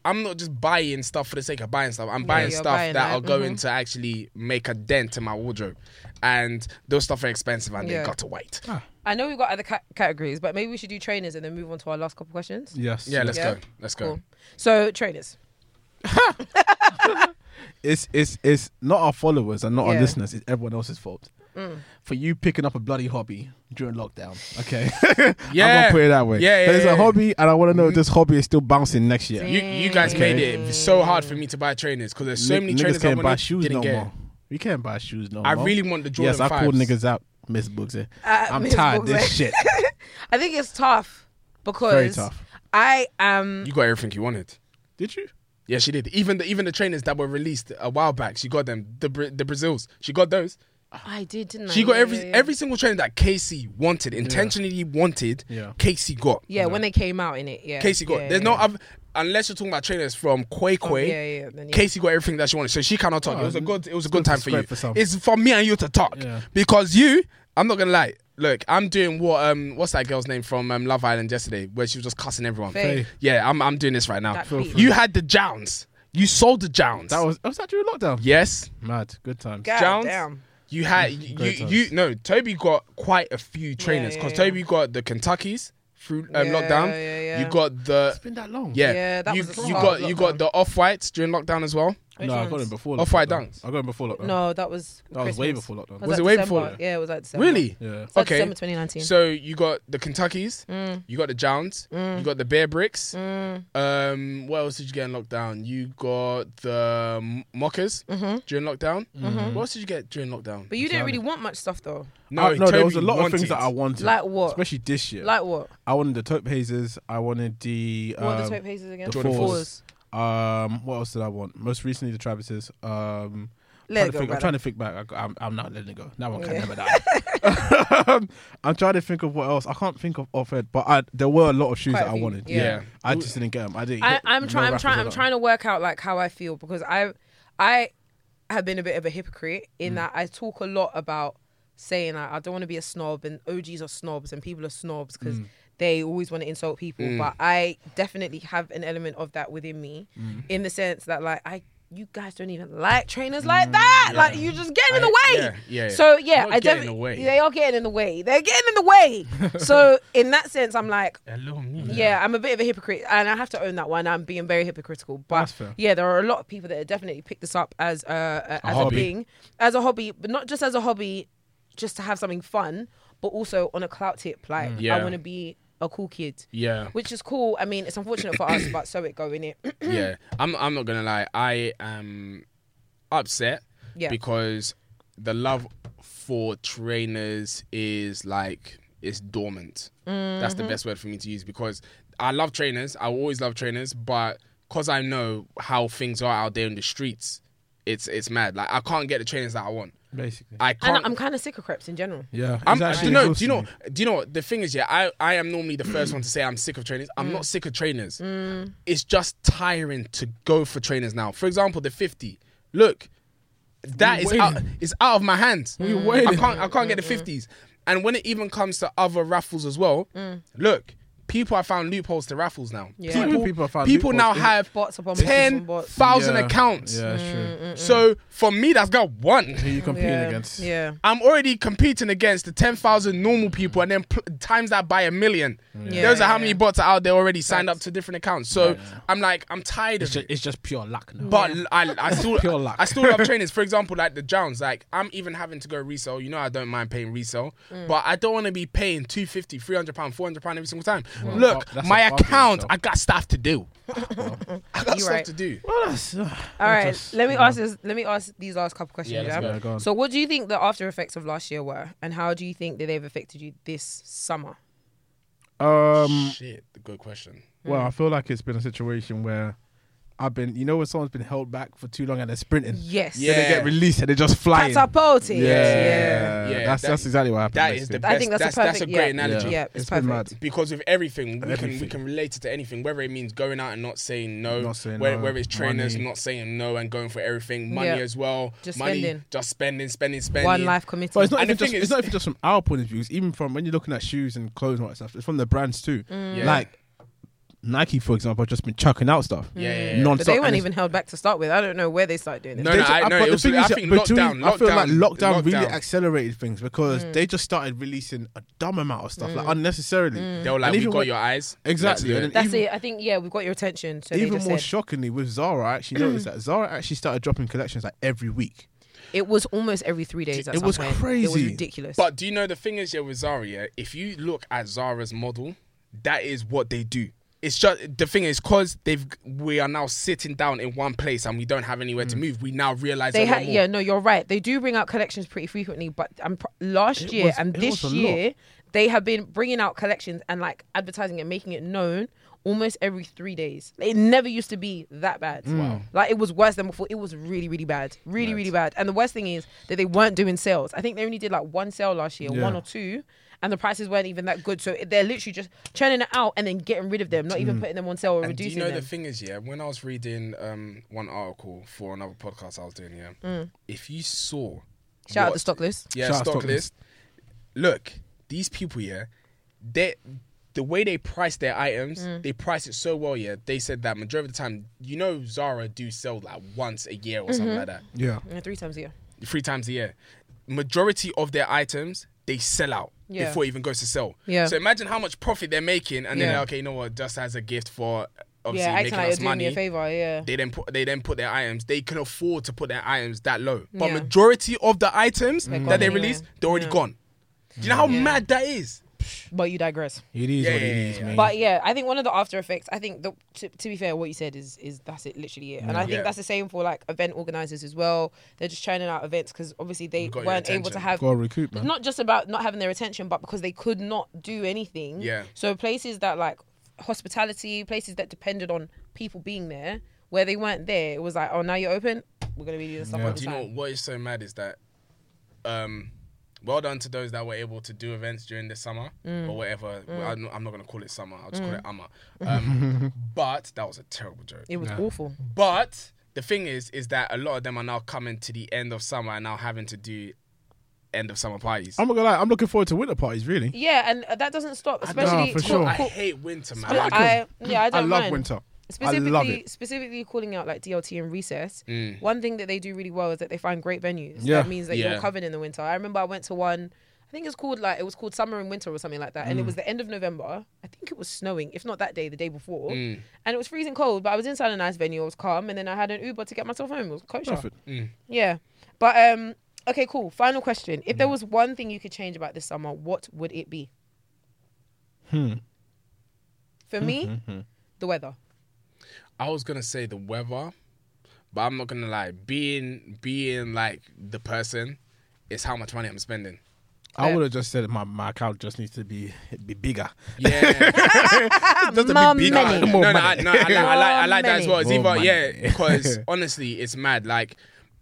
S3: I'm not just buying stuff for the sake of buying stuff. I'm buying
S1: you're
S3: stuff
S1: buying
S3: that
S1: that. mm-hmm.
S3: are going to actually make a dent in my wardrobe, and those stuff are expensive and
S1: Yeah.
S3: they got to wait.
S2: Ah,
S1: I know we've got other ca- categories, but maybe we should do trainers and then move on to our last couple questions.
S2: Yes.
S3: Yeah, let's
S1: Yeah.
S3: go. Let's go.
S1: Cool. So trainers.
S2: it's it's it's not our followers and not our
S1: Yeah. Mm.
S2: listeners. It's everyone else's fault for you picking up a bloody hobby during lockdown. Okay, I'm
S3: Yeah.
S2: gonna put it that way.
S3: Yeah, yeah,
S2: But it's
S3: yeah. Mm.
S2: a hobby, and I want to know if this hobby is still bouncing next year.
S3: You, you guys
S2: Okay.
S3: made it so hard for me to buy trainers because there's so
S2: Ni-
S3: many
S2: niggas
S3: trainers I
S2: can't
S3: wanted,
S2: buy shoes
S3: didn't
S2: no
S3: get.
S2: more. We can't buy shoes no
S3: I
S2: more.
S3: really want the Jordan
S2: Yes, I called
S3: 5s.
S2: niggas out, Miss Boogsy.
S1: Uh,
S2: I'm
S1: Miss
S2: tired of
S1: Boogsy.
S2: this shit.
S1: I think it's tough because
S2: Very tough.
S1: I am
S3: You got everything you wanted.
S2: Did you?
S3: Yeah, she did. Even the even the trainers that were released a while back, she got them. The Bra- the Brazils, she got those.
S1: Oh, I did, didn't I?
S3: She got
S1: Yeah,
S3: every
S1: yeah, yeah.
S3: every single trainer that Casey wanted, intentionally wanted.
S2: Yeah.
S3: Casey got.
S1: Yeah, when they came out in it, yeah.
S3: Casey got.
S1: Yeah,
S3: There's
S1: yeah.
S3: no other. Unless you're talking about trainers from Quay
S1: Oh,
S3: Quay.
S1: yeah, yeah, then yeah.
S3: Casey got everything that she wanted, so she cannot talk. it was a good. It was a good
S2: Oh, to
S3: time for you.
S2: scrape for some.
S3: it's for me and you to talk
S2: Yeah.
S3: because you. I'm not gonna lie. Look, I'm doing what um what's that girl's name from um, Love Island yesterday where she was just cussing everyone.
S1: Faye.
S2: Faye.
S3: Yeah, I'm I'm doing this right now.
S1: That Feel beat. free.
S3: You had the Jowns. You sold the Jowns.
S2: That was was that during lockdown?
S3: yes.
S2: Mad. Good times.
S1: God
S3: Jowns.
S1: damn.
S3: You had you,
S2: Great
S3: you
S2: times.
S3: you- no Toby got quite a few trainers
S1: yeah,
S3: because
S1: yeah.
S3: Toby got the Kentuckies through um,
S1: Yeah,
S3: lockdown.
S1: yeah, yeah.
S3: You got the
S2: It's been that long.
S3: Uh, yeah.
S1: Yeah, that
S3: you
S1: was the
S3: you
S1: start
S3: got
S1: of
S3: you got
S1: lockdown.
S3: the off whites during lockdown as well.
S1: Which
S2: No, I got
S1: ones?
S2: him before.
S3: Off-white
S2: lockdown.
S3: Oh, dunks.
S2: I got him before lockdown.
S1: No, that was
S2: That was way before lockdown.
S1: That
S3: Was
S1: like
S3: it way
S1: December.
S3: before?
S1: Yeah, it was like December.
S3: Really?
S2: Yeah.
S1: It's like
S3: Okay.
S1: December 2019.
S3: So you got the Kentuckies,
S1: Mm.
S3: you got the Jowns, you got the Bear Bricks. Um, what else did you get in lockdown? You got the um, Mockers during lockdown. What else did you get during lockdown?
S1: Mm-hmm. but you didn't really want much stuff though.
S2: No, no,
S3: Toby
S2: there was a lot of
S3: Oh, wanted.
S2: things that I wanted.
S1: Like what?
S2: Especially this year.
S1: Like what?
S2: I wanted the taupe hazers. I wanted the um,
S1: What are the taupe hazes again?
S2: the
S3: Jordan
S2: fours.
S1: fours.
S2: Um, what else did I want? Most recently, the Travises. Um,
S1: Let
S2: trying
S1: it go,
S2: to think, I'm
S1: brother.
S2: trying to think back. I, am I'm not letting it go. That one can
S1: Yeah.
S2: never die. um, I'm trying to think of what else. I can't think of off head, but I, there were a lot of shoes
S1: Quite a
S2: that I
S1: few,
S2: wanted.
S1: yeah.
S2: Yeah.
S3: Yeah.
S2: I just didn't get them. I didn't.
S1: I,
S2: hit
S1: I'm
S2: no
S1: trying. I'm
S2: rappers
S1: trying.
S2: or
S1: I'm
S2: nothing.
S1: trying to work out like how I feel because I, I have been a bit of a hypocrite in
S3: Mm.
S1: that I talk a lot about saying like, I don't want to be a snob and OGs are snobs and people are snobs because
S3: Mm.
S1: they always want to insult people. But I definitely have an element of that within me,
S3: Mm.
S1: in the sense that like I. You guys don't even like trainers like that.
S3: Mm, yeah.
S1: Like you just getting in the
S3: I-
S1: way.
S3: yeah, yeah.
S1: So yeah,
S3: Not
S1: I
S3: getting
S1: definitely
S3: in the way.
S1: they are getting in the way. They're getting in the way. so in that sense, I'm like,
S3: Hello, me.
S1: yeah, I'm a bit of a hypocrite, and I have to own that one. I'm being very hypocritical, but
S2: That's fair.
S1: yeah, there are a lot of people that have definitely picked this up as a, a as
S2: hobby.
S1: a thing, as a hobby, but not just as a hobby, just to have something fun, but also on a clout tip. Like,
S3: Yeah.
S1: I want to be a cool kid,
S3: Yeah.
S1: which is cool. I mean, it's unfortunate for us, but so it go in it.
S3: yeah, I'm. I'm not gonna lie. I am upset
S1: Yeah.
S3: because the love for trainers is like it's dormant. That's
S1: Mm-hmm.
S3: the best word for me to use because I love trainers. I will always love trainers, but because I know how things are out there in the streets, it's it's mad. Like I can't get the trainers that I want.
S2: Basically.
S3: I can't.
S1: and I'm kind of sick of crepes in general.
S2: yeah. it's
S3: I'm, do
S2: actually
S3: you know? Do
S2: exhausting
S3: you know?
S2: me.
S3: Do you know? what The thing is, yeah, I, I am normally the first one to say I'm sick of trainers. I'm
S1: Mm.
S3: not sick of trainers. It's just tiring to go for trainers now. For example, the fifty. Look, that is
S2: We're
S3: out,
S2: waiting.
S3: it's out of my hands. I
S2: waiting.
S3: can't I can't
S1: Mm-hmm.
S3: get the fifties. And when it even comes to other raffles as well, look, people have found loopholes to raffles now.
S1: Mm. Yeah.
S2: Even
S3: People,
S2: people have found
S3: people now
S2: loopholes.
S3: have
S1: Bots upon bots upon
S3: ten
S1: bots.
S3: thousand
S2: Yeah.
S3: accounts.
S2: Yeah, it's true.
S3: So for me, that's got one.
S2: Who you competing
S1: yeah.
S2: against?
S1: Yeah.
S3: I'm already competing against the 10,000 normal people and then pl- times that by a million.
S2: Mm.
S1: Yeah,
S3: Those are how
S1: yeah,
S3: many
S1: yeah.
S3: bots are out there already signed up to different accounts. So I'm like, I'm tired of
S2: It's, just,
S3: it.
S2: it's just pure luck now.
S3: But I, I still,
S2: Pure luck.
S3: I still love trainers. For example, like the Jones, like I'm even having to go resell. You know, I don't mind paying resell,
S2: Mm.
S3: but I don't want to be paying 250, 300 pound, 400 pound every single time. Look,
S2: bu- that's
S3: my
S2: a bargain
S3: account,
S2: shop.
S3: I got stuff to do. I got
S1: You
S3: stuff
S1: right.
S3: to do.
S2: Well, that's- uh,
S1: All right,
S2: just-
S1: let me
S2: yeah.
S1: ask this. Let me ask these last couple questions.
S3: let's
S2: Yeah, go on.
S1: So, what do you think the after effects of last year were, and how do you think that they've affected you this summer?
S2: Um,
S3: Shit, good question.
S1: Hmm.
S2: Well, I feel like it's been a situation where I've been, you know, when someone's been held back for too long and they're sprinting,
S1: Yes.
S2: then
S3: Yeah.
S2: they get released and they're just flying.
S1: Catapulted. Yeah.
S2: Yeah.
S3: Yeah,
S2: that's
S3: that-
S2: that's exactly what happened.
S3: that is
S2: basically.
S3: the best.
S1: I think that's, a
S3: That's- that's
S1: perfect.
S3: a great
S1: yeah.
S3: analogy.
S1: Yeah, it's,
S2: been
S1: perfect.
S2: mad.
S3: because with everything we can we
S2: Everything.
S3: can relate it to anything whether it means going out and not saying no,
S2: Not saying
S3: whether,
S2: no,
S3: whether it's trainers
S2: money.
S3: not saying no and going for everything money
S1: Yeah.
S3: as well
S1: Just
S3: money
S1: spending.
S3: just spending spending spending
S1: One life committed.
S2: But it's not
S3: And
S2: even
S3: the thing
S2: just
S3: is-
S2: it's not even just from our point of view. It's even from when you're looking at shoes and clothes and all that stuff. It's from the brands too.
S1: Mm.
S3: Yeah.
S2: Like Nike, for example, have just been chucking out stuff.
S3: Yeah, yeah, yeah.
S2: non-stop.
S1: but they weren't
S2: and it's-
S1: even held back to start with. I don't know where they started doing this.
S3: No,
S2: They
S3: no,
S2: ju-
S3: I, no
S2: but
S3: it
S2: the
S3: was,
S2: thing
S3: I
S2: is,
S3: think
S2: between-
S3: lockdown,
S2: I feel like
S3: lockdown,
S2: lockdown, really
S3: lockdown.
S2: accelerated things because
S1: Mm.
S2: they just started releasing a dumb amount of stuff, like unnecessarily.
S1: Mm.
S3: they were like
S2: And
S3: we
S2: even
S3: got
S2: when-
S3: your eyes
S2: Exactly.
S3: Let's do
S2: And
S3: it.
S2: then
S1: That's
S2: even-
S1: it. I think yeah, we've got your attention. So they
S2: Even
S1: just
S2: more
S1: said.
S2: shockingly, with Zara, I actually noticed that Zara actually started dropping collections like every week.
S1: it was almost every three days. At
S2: It
S1: some
S2: was
S1: point. It was
S2: crazy.
S1: ridiculous.
S3: but do you know the thing is yeah with Zara yeah, if you look at Zara's model that is what they do it's just the thing is because they've we are now sitting down in one place and we don't have anywhere
S2: Mm.
S3: to move we now realize
S1: they
S3: a lot
S1: had
S3: more.
S1: yeah no you're right they do bring out collections pretty frequently but um, pr- last
S2: It
S1: year
S2: was-
S1: and
S2: it
S1: this
S2: was a lot.
S1: year they have been bringing out collections and like advertising and making it known almost every three days it never used to be that bad
S3: Mm.
S1: wow like it was worse than before it was really really bad really really bad and the worst thing is that they weren't doing sales i think they only did like one sale last year
S2: Yeah.
S1: one or two and the prices weren't even that good so they're literally just churning it out and then getting rid of them not even putting them on sale or
S3: Mm. And do
S1: reducing
S3: you know
S1: them
S3: the thing is, yeah, when I was reading um, one article for another podcast I was doing, yeah, if you saw
S1: Mm. shout out
S3: what-
S1: the stock list
S3: yeah,
S2: Shout out
S3: stock,
S2: stock
S3: list. Look, these people, yeah, they the way they price their items,
S1: Mm.
S3: they price it so well, yeah. They said that majority of the time, you know, Zara do sell like once a year or
S1: Mm-hmm.
S3: something like that,
S2: Yeah.
S1: Yeah, three times a year
S3: three times a year. Majority of their items they sell out
S1: Yeah.
S3: before it even goes to sell.
S1: Yeah.
S3: So imagine how much profit they're making, and
S1: Yeah.
S3: then they're like, okay, you know what, just as a gift for obviously
S1: yeah
S3: making
S1: acting like you're
S3: us
S1: doing
S3: money
S1: me a favor yeah
S3: they then put they then put their items. They can afford to put their items that low, but
S1: Yeah.
S3: majority of the items
S1: They're
S3: that
S1: gone
S3: they
S1: anyway.
S3: release, they're already
S1: Yeah.
S3: gone. Do you know how
S1: Yeah.
S3: mad that is?
S1: But you digress.
S2: It is
S3: Yeah,
S2: what
S3: yeah,
S2: it
S3: yeah,
S2: is,
S3: yeah.
S2: man.
S1: But yeah, I think one of the after effects. I think the, to, to be fair, what you said is is that's it, literally it. And I think
S3: Mm. Yeah.
S1: that's the same for like event organizers as well. They're just churning out events because obviously they
S3: Got your
S1: weren't able to
S3: attention.
S1: have
S2: Got to recoup, man.
S1: not just about not having their attention, but because they could not do anything.
S3: Yeah.
S1: So places that like hospitality, places that depended on people being there, where they weren't there, it was like, oh, now you're open. We're gonna be doing stuff.
S2: Yeah.
S1: all the
S3: Do you know
S1: time.
S3: what is so mad is that? Um, well done to those that were able to do events during the summer or whatever. Well, I'm, I'm not gonna call it summer. I'll just call it ama. Um, but that was a terrible joke.
S1: It was awful.
S3: But the thing is, is that a lot of them are now coming to the end of summer and now having to do end of summer parties.
S2: I'm not gonna lie, I'm looking forward to winter parties, really.
S1: Yeah, and that doesn't stop, especially
S2: for
S1: cool-
S2: sure.
S3: I
S1: cool-
S3: hate winter, man.
S1: I, yeah, I
S2: I
S1: don't
S2: love
S1: mind.
S2: winter. I
S1: specifically
S2: love it.
S1: specifically calling out like DLT and recess. One thing that they do really well is that they find great venues.
S2: Yeah.
S1: That means that
S3: Yeah.
S1: you're covered in the winter. I remember I went to one. I think it's called like it was called summer and winter or something like that, and
S2: Mm.
S1: it was the end of November. I think it was snowing, if not that day, the day before,
S3: Mm.
S1: and it was freezing cold. But I was inside a nice venue, it was calm, and then I had an Uber to get myself home. It was kosher.
S2: Perfect.
S1: Yeah, but um, okay, cool. Final question: If there was one thing you could change about this summer, what would it be?
S2: Hmm,
S1: Hmm. For
S2: Mm-hmm.
S1: me, the weather.
S3: I was gonna say the weather, but I'm not gonna lie. Being being like the person is how much money I'm spending.
S2: I
S1: Yeah.
S2: would have just said my, my account just needs to be be bigger.
S3: Yeah,
S2: Just a
S1: More
S2: bit bigger.
S1: money.
S3: no,
S2: More
S3: no, I,
S2: money.
S3: no, I, like, I like
S1: Oh,
S3: I like that as well. It's
S2: More
S3: either
S2: money.
S3: yeah, because honestly, it's mad. Like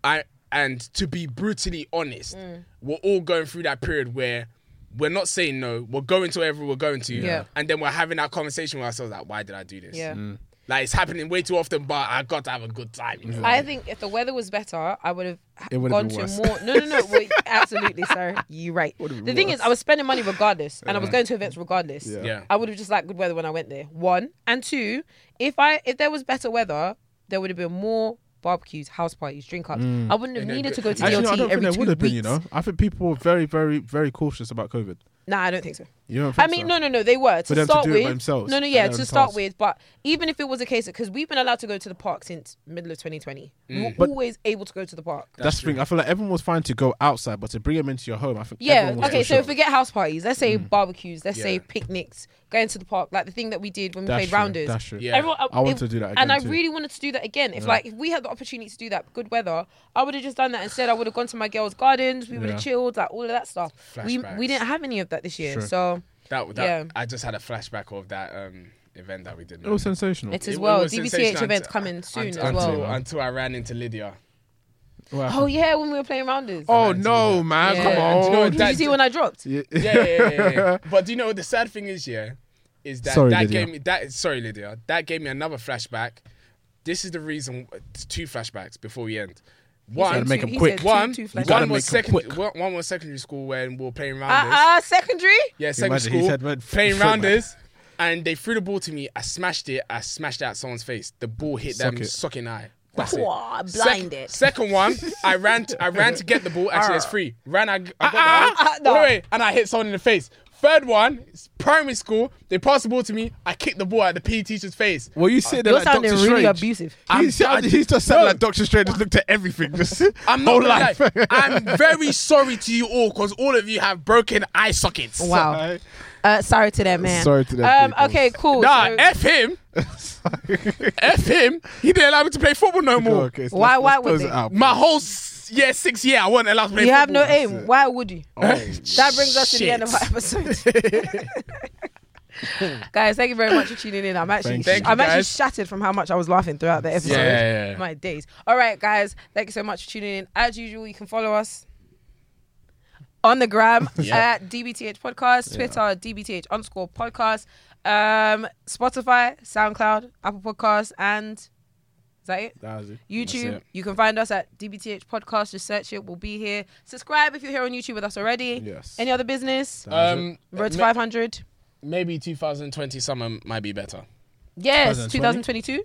S3: I and to be brutally honest,
S1: Mm.
S3: we're all going through that period where. We're not saying no. We're going to wherever we're going to,
S1: Yeah.
S3: and then we're having that conversation with ourselves like, "Why did I do this?
S1: Yeah.
S2: Mm.
S3: Like it's happening way too often, but I got to have a good time." you know?
S1: I think if the weather was better, I would have
S2: It would have
S1: gone
S2: been
S1: to
S2: worse.
S1: more. No, no, no. Wait, absolutely, sir. You're right. The
S2: been
S1: thing is, I was spending money regardless, and I was going to events regardless.
S2: Yeah.
S3: Yeah.
S1: I would have just liked good weather when I went there. One and two. If I if there was better weather, there would have been more barbecues, house parties, drink ups. I wouldn't have
S3: Yeah,
S1: needed
S3: good-
S1: to go to
S2: Actually, Mm. no, I
S1: DLT
S2: don't think
S1: every
S2: there
S1: two
S2: would have
S1: weeks.
S2: been. You know, I think people were very, very, very cautious about COVID.
S1: Nah, I don't think so.
S2: You don't
S1: I
S2: think
S1: mean, no,
S2: so?
S1: no, no. They were to
S2: them to
S1: start
S2: do it by
S1: with.
S2: themselves,
S1: no, no,
S2: at
S1: yeah,
S2: their
S1: to
S2: own
S1: start
S2: task.
S1: with. But even if it was a case, because we've been allowed to go to the park since middle of 2020, we were
S2: Mm. But-
S1: always able to go to the park.
S2: That's, the thing. I feel like everyone was fine to go outside, but to bring them into your home, I think.
S1: Yeah.
S2: everyone was Mm.
S1: Okay.
S2: still
S1: So
S2: shocked.
S1: forget house parties. Let's say barbecues. Let's say
S3: Yeah.
S1: picnics. Going to the park, like the thing that we did when we
S2: That's
S1: played
S2: true,
S1: rounders.
S2: That's true.
S3: Yeah.
S1: Everyone,
S2: I want to do that again
S1: and I
S2: too.
S1: really wanted to do that again. If like if we had the opportunity to do that, good weather, I would have just done that instead. I would have gone to my girls' gardens. We would
S2: Yeah.
S1: have chilled, like all of that stuff. We
S3: Flashbacks.
S1: we didn't have any of that this year,
S2: Sure.
S1: so
S3: That, that
S1: Yeah.
S3: I just had a flashback of that um event that we did.
S2: It was sensational.
S1: It is
S3: It
S1: well.
S3: was
S1: DBTH
S3: sensational
S1: event's
S3: until-
S1: coming soon
S3: until,
S1: as well.
S3: Until, until I ran into Lydia.
S2: Wow.
S1: Oh yeah, when we were playing rounders.
S2: Oh no, man!
S1: Yeah.
S2: Come
S1: Yeah.
S2: on.
S3: Do you know what
S1: Did
S3: that-
S1: you see when I dropped?
S2: Yeah.
S3: Yeah, yeah, yeah, yeah. But do you know what the sad thing is? Yeah, is that
S2: Sorry,
S3: that
S2: Lydia.
S3: gave me that. Sorry, Lydia. That gave me another flashback. This is the reason. it's two flashbacks before we end.
S1: said
S3: One,
S2: make
S1: two-
S2: 'em
S1: he
S2: quick.
S1: said two-
S3: one,
S1: two
S3: one,
S1: flashes.
S2: gotta make
S3: was
S2: 'em
S3: secondary.
S2: quick.
S3: One, one was secondary school when we were playing
S2: Ah,
S3: rounders.
S1: Uh, uh, secondary.
S3: Yeah, secondary
S2: Imagine, he
S3: school.
S2: said red f-
S3: playing
S2: foot, man.
S3: rounders. And they threw the ball to me. I smashed it. I smashed it out someone's face. The ball hit them
S2: Socket.
S3: socket eye. That's it.
S1: Wah,
S3: Sec-
S1: blinded.
S3: second one, I ran. To, I ran to get the ball. Actually, it's free. Ran. I, I got the
S1: Ah,
S3: ball.
S1: ah, no.
S3: Wait, wait, and I hit someone in the face. Third one, it's primary school. They passed the ball to me. I kicked the ball at the PE teacher's face.
S2: Well, you sit there
S1: You're
S2: like
S1: sounding
S2: Doctor
S1: really
S2: Strange.
S1: abusive.
S3: I'm-
S2: He's, he's just
S3: No.
S2: sounding like Doctor Strange. Just looked at everything. Just
S3: I'm
S2: whole
S3: not gonna
S2: life.
S3: lie. I'm very sorry to you all because all of you have broken eye sockets.
S1: Wow. Uh, sorry to that man.
S2: Sorry to them
S1: Um,
S2: people.
S1: okay, cool.
S3: Nah,
S1: So-
S3: f him, f him. He didn't allow me to play football no more.
S2: Okay, so
S1: Why-
S2: let's-
S1: why
S2: let's
S1: would
S2: close
S1: they?
S2: it out.
S3: My whole s- year six year, I wasn't allowed to play.
S1: you have no
S3: football.
S1: aim. Why would you?
S2: Oh,
S1: That brings us to the end of our
S3: Shit.
S1: episode. guys, thank you very much for tuning in. I'm actually
S2: Thank
S3: you.
S1: I'm actually
S3: Guys.
S1: shattered from how much I was laughing throughout the episode.
S3: Yeah, yeah, yeah.
S1: My days. All right, guys, thank you so much for tuning in. As usual, you can follow us on the gram
S3: Yeah.
S1: at DBTH Podcast, Twitter, DBTH underscore podcast, um, Spotify, SoundCloud, Apple Podcasts, and is that it?
S2: That was it.
S1: YouTube.
S3: it.
S1: You can find us at DBTH Podcast. Just search it. We'll be here. Subscribe if you're here on YouTube with us already.
S2: Yes.
S1: Any other business?
S3: Um,
S1: Road to
S3: ma-
S1: 500.
S3: maybe 2020 summer might be better.
S1: Yes,
S2: 2020?
S1: 2022.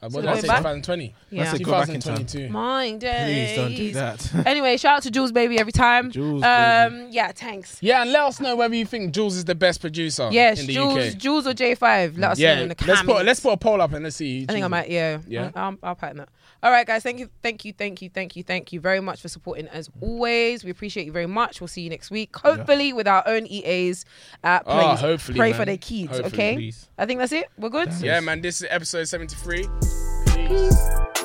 S3: Uh, what
S1: So
S3: did I
S1: we're
S3: say?
S1: back?
S3: 2020.
S1: Yeah. That's
S2: a good back in time.
S3: 2022.
S1: My days.
S2: Please don't do that.
S1: Anyway, shout out to Jules Baby every time.
S2: Jules
S1: um, Yeah, thanks.
S3: Yeah, and let us know whether you think Jules is the best producer
S1: Yes,
S3: in the
S1: Jules,
S3: UK.
S1: Jules or J5. Let us know
S3: Yeah,
S1: in the
S3: let's
S1: comments.
S3: put let's put a poll up and let's see. who
S1: I think I
S3: chooses.
S1: might, yeah.
S3: Yeah.
S1: I, will I'll pattern that. All right, guys. Thank you, thank you, thank you, thank you, thank you very much for supporting as
S3: Mm.
S1: always. We appreciate you very much. We'll see you next week, hopefully with our own EAs at
S3: Oh,
S1: Play.
S3: hopefully,
S1: Pray
S3: man.
S1: for their kids,
S3: Hopefully,
S1: okay?
S2: please.
S1: I think that's it. We're good.
S3: Yeah, man. This is episode 73. Peace.